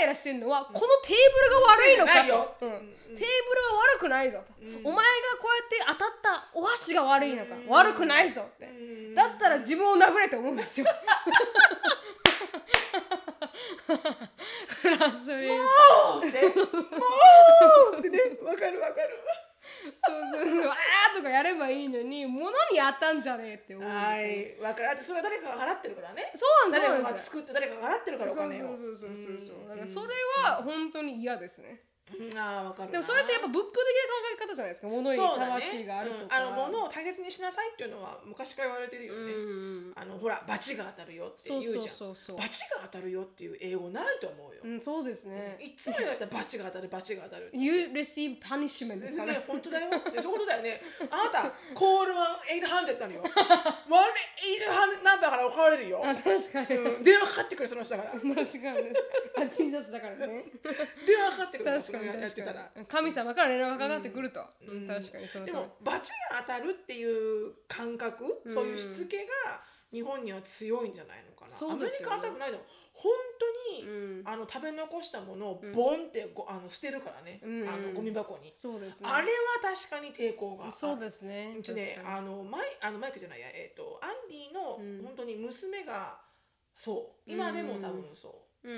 Speaker 1: イライラしてるのはこのテーブルが悪いのかと、
Speaker 2: う
Speaker 1: う
Speaker 2: んうんん
Speaker 1: テーブルは悪くないぞと、
Speaker 2: うん
Speaker 1: お前がこうやって当たったお箸が悪いのか、
Speaker 2: うん
Speaker 1: 悪くないぞって、
Speaker 2: うん
Speaker 1: だったら自分を殴れと思うんです
Speaker 2: [laughs]
Speaker 1: よ [laughs] フランスリー
Speaker 2: もうぜもうってねわかるわかる
Speaker 1: そうそうそうあーとかやればいいのに物に当たんじゃねえって思うんですよ
Speaker 2: はいわかるあとそれは誰かが払ってるからね
Speaker 1: そうなんです
Speaker 2: 誰
Speaker 1: そうな
Speaker 2: か
Speaker 1: ん
Speaker 2: が
Speaker 1: です
Speaker 2: 作って誰かが払ってるからお
Speaker 1: そうそう
Speaker 2: 金を
Speaker 1: そうそうそうそう、
Speaker 2: うん
Speaker 1: だからそれは本当に嫌ですね、
Speaker 2: うんあーわかるな
Speaker 1: でもそれってやっぱ仏教的な考え方じゃないですか物に
Speaker 2: そうだね
Speaker 1: 魂があるとか、
Speaker 2: うんあの物を大切にしなさいっていうのは昔から言われてるよね、
Speaker 1: うん
Speaker 2: あのほらバチが当たるよって言
Speaker 1: そうう
Speaker 2: じゃん
Speaker 1: そうそうそう
Speaker 2: バチが当たるよっていう英語ないと思うよ、
Speaker 1: うんそうですね
Speaker 2: いつも言われたらバチが当たるバチが当たる
Speaker 1: You receive punishment ですか
Speaker 2: ね
Speaker 1: ね
Speaker 2: 本当
Speaker 1: [laughs]
Speaker 2: だよ。ねそういうことだよね。あなた、コールワンエイトハンドったのよ。ワンエイトハンドナンバーから怒られるよ。
Speaker 1: あ確かに、
Speaker 2: うん電話かかってくるその人だから。
Speaker 1: 確かに確かにあ T シャツだからね
Speaker 2: 電話かかってくる
Speaker 1: 確
Speaker 2: そ
Speaker 1: か
Speaker 2: の
Speaker 1: に
Speaker 2: 人やっ
Speaker 1: 確
Speaker 2: てたら
Speaker 1: か。に神様から連絡がかかってくると、
Speaker 2: うん
Speaker 1: 確かにその
Speaker 2: で
Speaker 1: 通り
Speaker 2: もバチが当たるっていう感覚、そういうしつけが日本には強いんじゃないのかな。
Speaker 1: そうですよね
Speaker 2: アメリカは多分ないと思う本当に、
Speaker 1: うん
Speaker 2: あの食べ残したものをボンってごあの捨てるからね、
Speaker 1: うん
Speaker 2: あのゴミ箱に。
Speaker 1: そうですね
Speaker 2: あれは確かに抵抗がある。
Speaker 1: そうですね
Speaker 2: うちね
Speaker 1: 確かに
Speaker 2: あのマイあのマイクじゃないやえっ、とアンディの、
Speaker 1: うん
Speaker 2: 本当に娘がそう今でも多分そ
Speaker 1: うん
Speaker 2: う、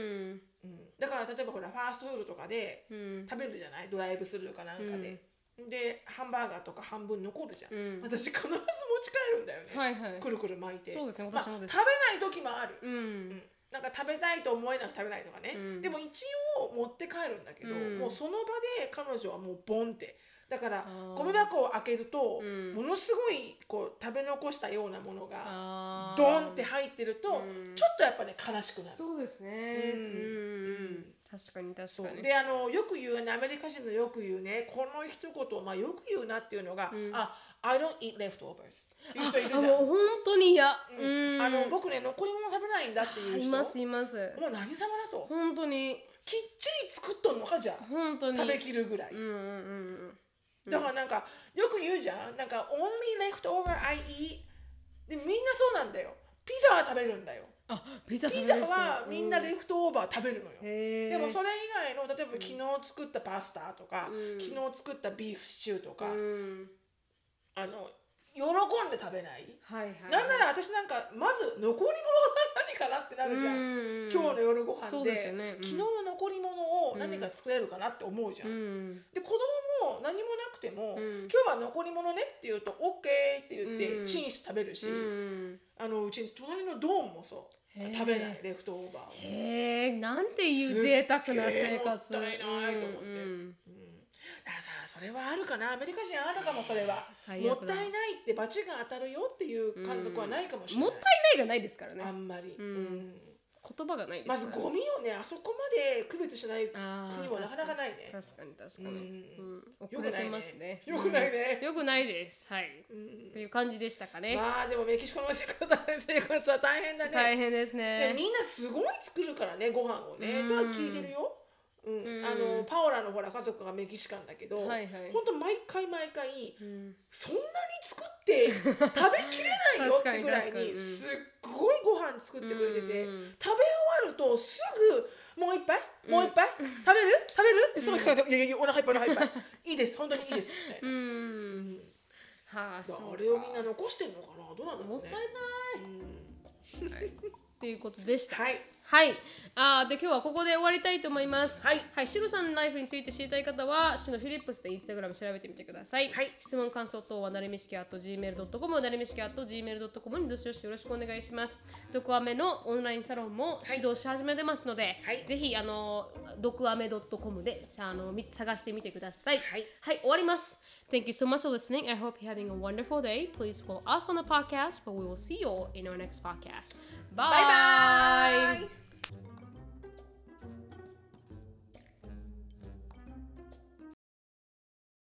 Speaker 2: うんだから例えばほらファーストフードとかで
Speaker 1: うん
Speaker 2: 食べるじゃないドライブスルーかなんかで、でハンバーガーとか半分残るじゃん、
Speaker 1: うん
Speaker 2: 私必ず持ち帰るんだよね、
Speaker 1: はいはい
Speaker 2: くるくる巻いて
Speaker 1: そうですね
Speaker 2: まあ
Speaker 1: 私もです
Speaker 2: 食べない時もある、
Speaker 1: う
Speaker 2: うんんなんか食べたいと思えなく食べないとかね、
Speaker 1: うん
Speaker 2: でも一応持って帰るんだけど、
Speaker 1: うん
Speaker 2: もうその場で彼女はもうボンってだから
Speaker 1: あー
Speaker 2: ゴミ箱を開けると、
Speaker 1: うん
Speaker 2: ものすごいこう食べ残したようなものが
Speaker 1: あー
Speaker 2: ドンって入ってると、
Speaker 1: うん
Speaker 2: ちょっとやっぱね悲しくなる。
Speaker 1: そうですね。う
Speaker 2: うんん
Speaker 1: うん確かに確
Speaker 2: そう
Speaker 1: かに。
Speaker 2: であのよく言うねアメリカ人のよく言うねこの一言を、まあ、よく言うなっていうのが「
Speaker 1: うん
Speaker 2: あ I don't eat leftovers」っていう人いるじゃ
Speaker 1: あ
Speaker 2: ん
Speaker 1: もう本当に嫌。
Speaker 2: うんあの
Speaker 1: 僕
Speaker 2: 僕ね残り物食べないんだっていう
Speaker 1: い
Speaker 2: 人
Speaker 1: ますいます。
Speaker 2: もう何様だと
Speaker 1: 本当に
Speaker 2: きっちり作っとんのかじゃあ
Speaker 1: 本当に。
Speaker 2: 食べきるぐらい、
Speaker 1: うんうんうん
Speaker 2: だからなんかよく言うじゃんなんか「only leftover I eat」でみんなそうなんだよピザは食べるんだよ
Speaker 1: あピザ食べ
Speaker 2: ピ
Speaker 1: る
Speaker 2: ザ
Speaker 1: 人
Speaker 2: はみんなレ
Speaker 1: う
Speaker 2: フトオーバー食べるのよ、
Speaker 1: へー
Speaker 2: でもそれ以外の例えば昨日作ったパスタとか、
Speaker 1: うん
Speaker 2: 昨日作ったビーフシチューとか、
Speaker 1: うん
Speaker 2: あの喜んで食べない、
Speaker 1: はいはい。
Speaker 2: なんなら私なんかまず残り物は何かなってなるじゃん、
Speaker 1: うん
Speaker 2: 今日の夜ご飯
Speaker 1: そう
Speaker 2: で
Speaker 1: ですよねうん
Speaker 2: 昨日の残り物を何か作れるかなって思うじゃん、
Speaker 1: うん
Speaker 2: で子供も何もなくても、
Speaker 1: うん
Speaker 2: 今日は残り物ねって言うと OK って言って、
Speaker 1: うん
Speaker 2: チンして食べるし、
Speaker 1: うん
Speaker 2: あのうち隣のドーンもそう
Speaker 1: へー
Speaker 2: 食べないレフトオーバーを、
Speaker 1: へえなんていう贅沢な生活。
Speaker 2: すっげーもったいないと思って
Speaker 1: うんうん
Speaker 2: うん、だからさそれはあるかなアメリカ人あるかもそれは
Speaker 1: 最
Speaker 2: もっ
Speaker 1: 悪だ
Speaker 2: たいないってバチが当たるよっていう感覚はないかもしれない、
Speaker 1: もったいないがないですからね
Speaker 2: あ。んまり、
Speaker 1: う
Speaker 2: うんん
Speaker 1: 言葉がないです。
Speaker 2: まずゴミをねあそこまで区別しない
Speaker 1: あー
Speaker 2: 国もなかなかないね
Speaker 1: 確かに確かに、
Speaker 2: う
Speaker 1: うん
Speaker 2: ん
Speaker 1: 遅れてますね
Speaker 2: よくないね
Speaker 1: うんよくないですはい、
Speaker 2: うん
Speaker 1: っていう感じでしたかね、
Speaker 2: まあでもメキシコの生活は生活は大変だね
Speaker 1: 大変ですね
Speaker 2: でみんなすごい作るからねご飯をね、
Speaker 1: うん
Speaker 2: とは聞いてるよ、うん
Speaker 1: うん
Speaker 2: あのパオラのほら家族がメキシカンだけど、
Speaker 1: はいは
Speaker 2: 本
Speaker 1: い
Speaker 2: 当ほんと毎回毎回
Speaker 1: うん
Speaker 2: そんなに作って食べきれないよ
Speaker 1: 確
Speaker 2: っ
Speaker 1: か
Speaker 2: て
Speaker 1: に
Speaker 2: ぐらい
Speaker 1: 確かにう
Speaker 2: に
Speaker 1: ん
Speaker 2: すっごいご飯作ってくれてて、
Speaker 1: うん
Speaker 2: 食べ終わるとすぐ「もう一杯もう一杯、食べる食べる?」ってすぐ聞かれて「いやいやお腹いっぱいお腹いっぱ
Speaker 1: [laughs]
Speaker 2: いいいです本当にいいです」みたいな
Speaker 1: う。んはあ
Speaker 2: だから
Speaker 1: そう
Speaker 2: あ
Speaker 1: か
Speaker 2: れをみんな残してんのかなどうなんだろ
Speaker 1: もっ
Speaker 2: う
Speaker 1: た
Speaker 2: ね
Speaker 1: いない、
Speaker 2: うん
Speaker 1: はいということでした。
Speaker 2: はい
Speaker 1: はい。あーで今日はここで終わりたいと思います。
Speaker 2: はい
Speaker 1: はい。シロさんのライフについて知りたい方は、シロフィリップスでインスタグラム調べてみてください。
Speaker 2: はい
Speaker 1: 質問感想等はなれみしき at gmail.com なれみしき at gmail.com にどしどしよろしくお願いします。ドクアメのオンラインサロンも始動し始めてますので、
Speaker 2: はい
Speaker 1: ぜひあのドクアメ .com であのみ探してみてください。
Speaker 2: はい
Speaker 1: はい、終わります。Thank you so much for listening. I hope you're having a wonderful day. Please follow us on the podcast, but we will see you all in our next podcast. Bye.
Speaker 2: バイバイ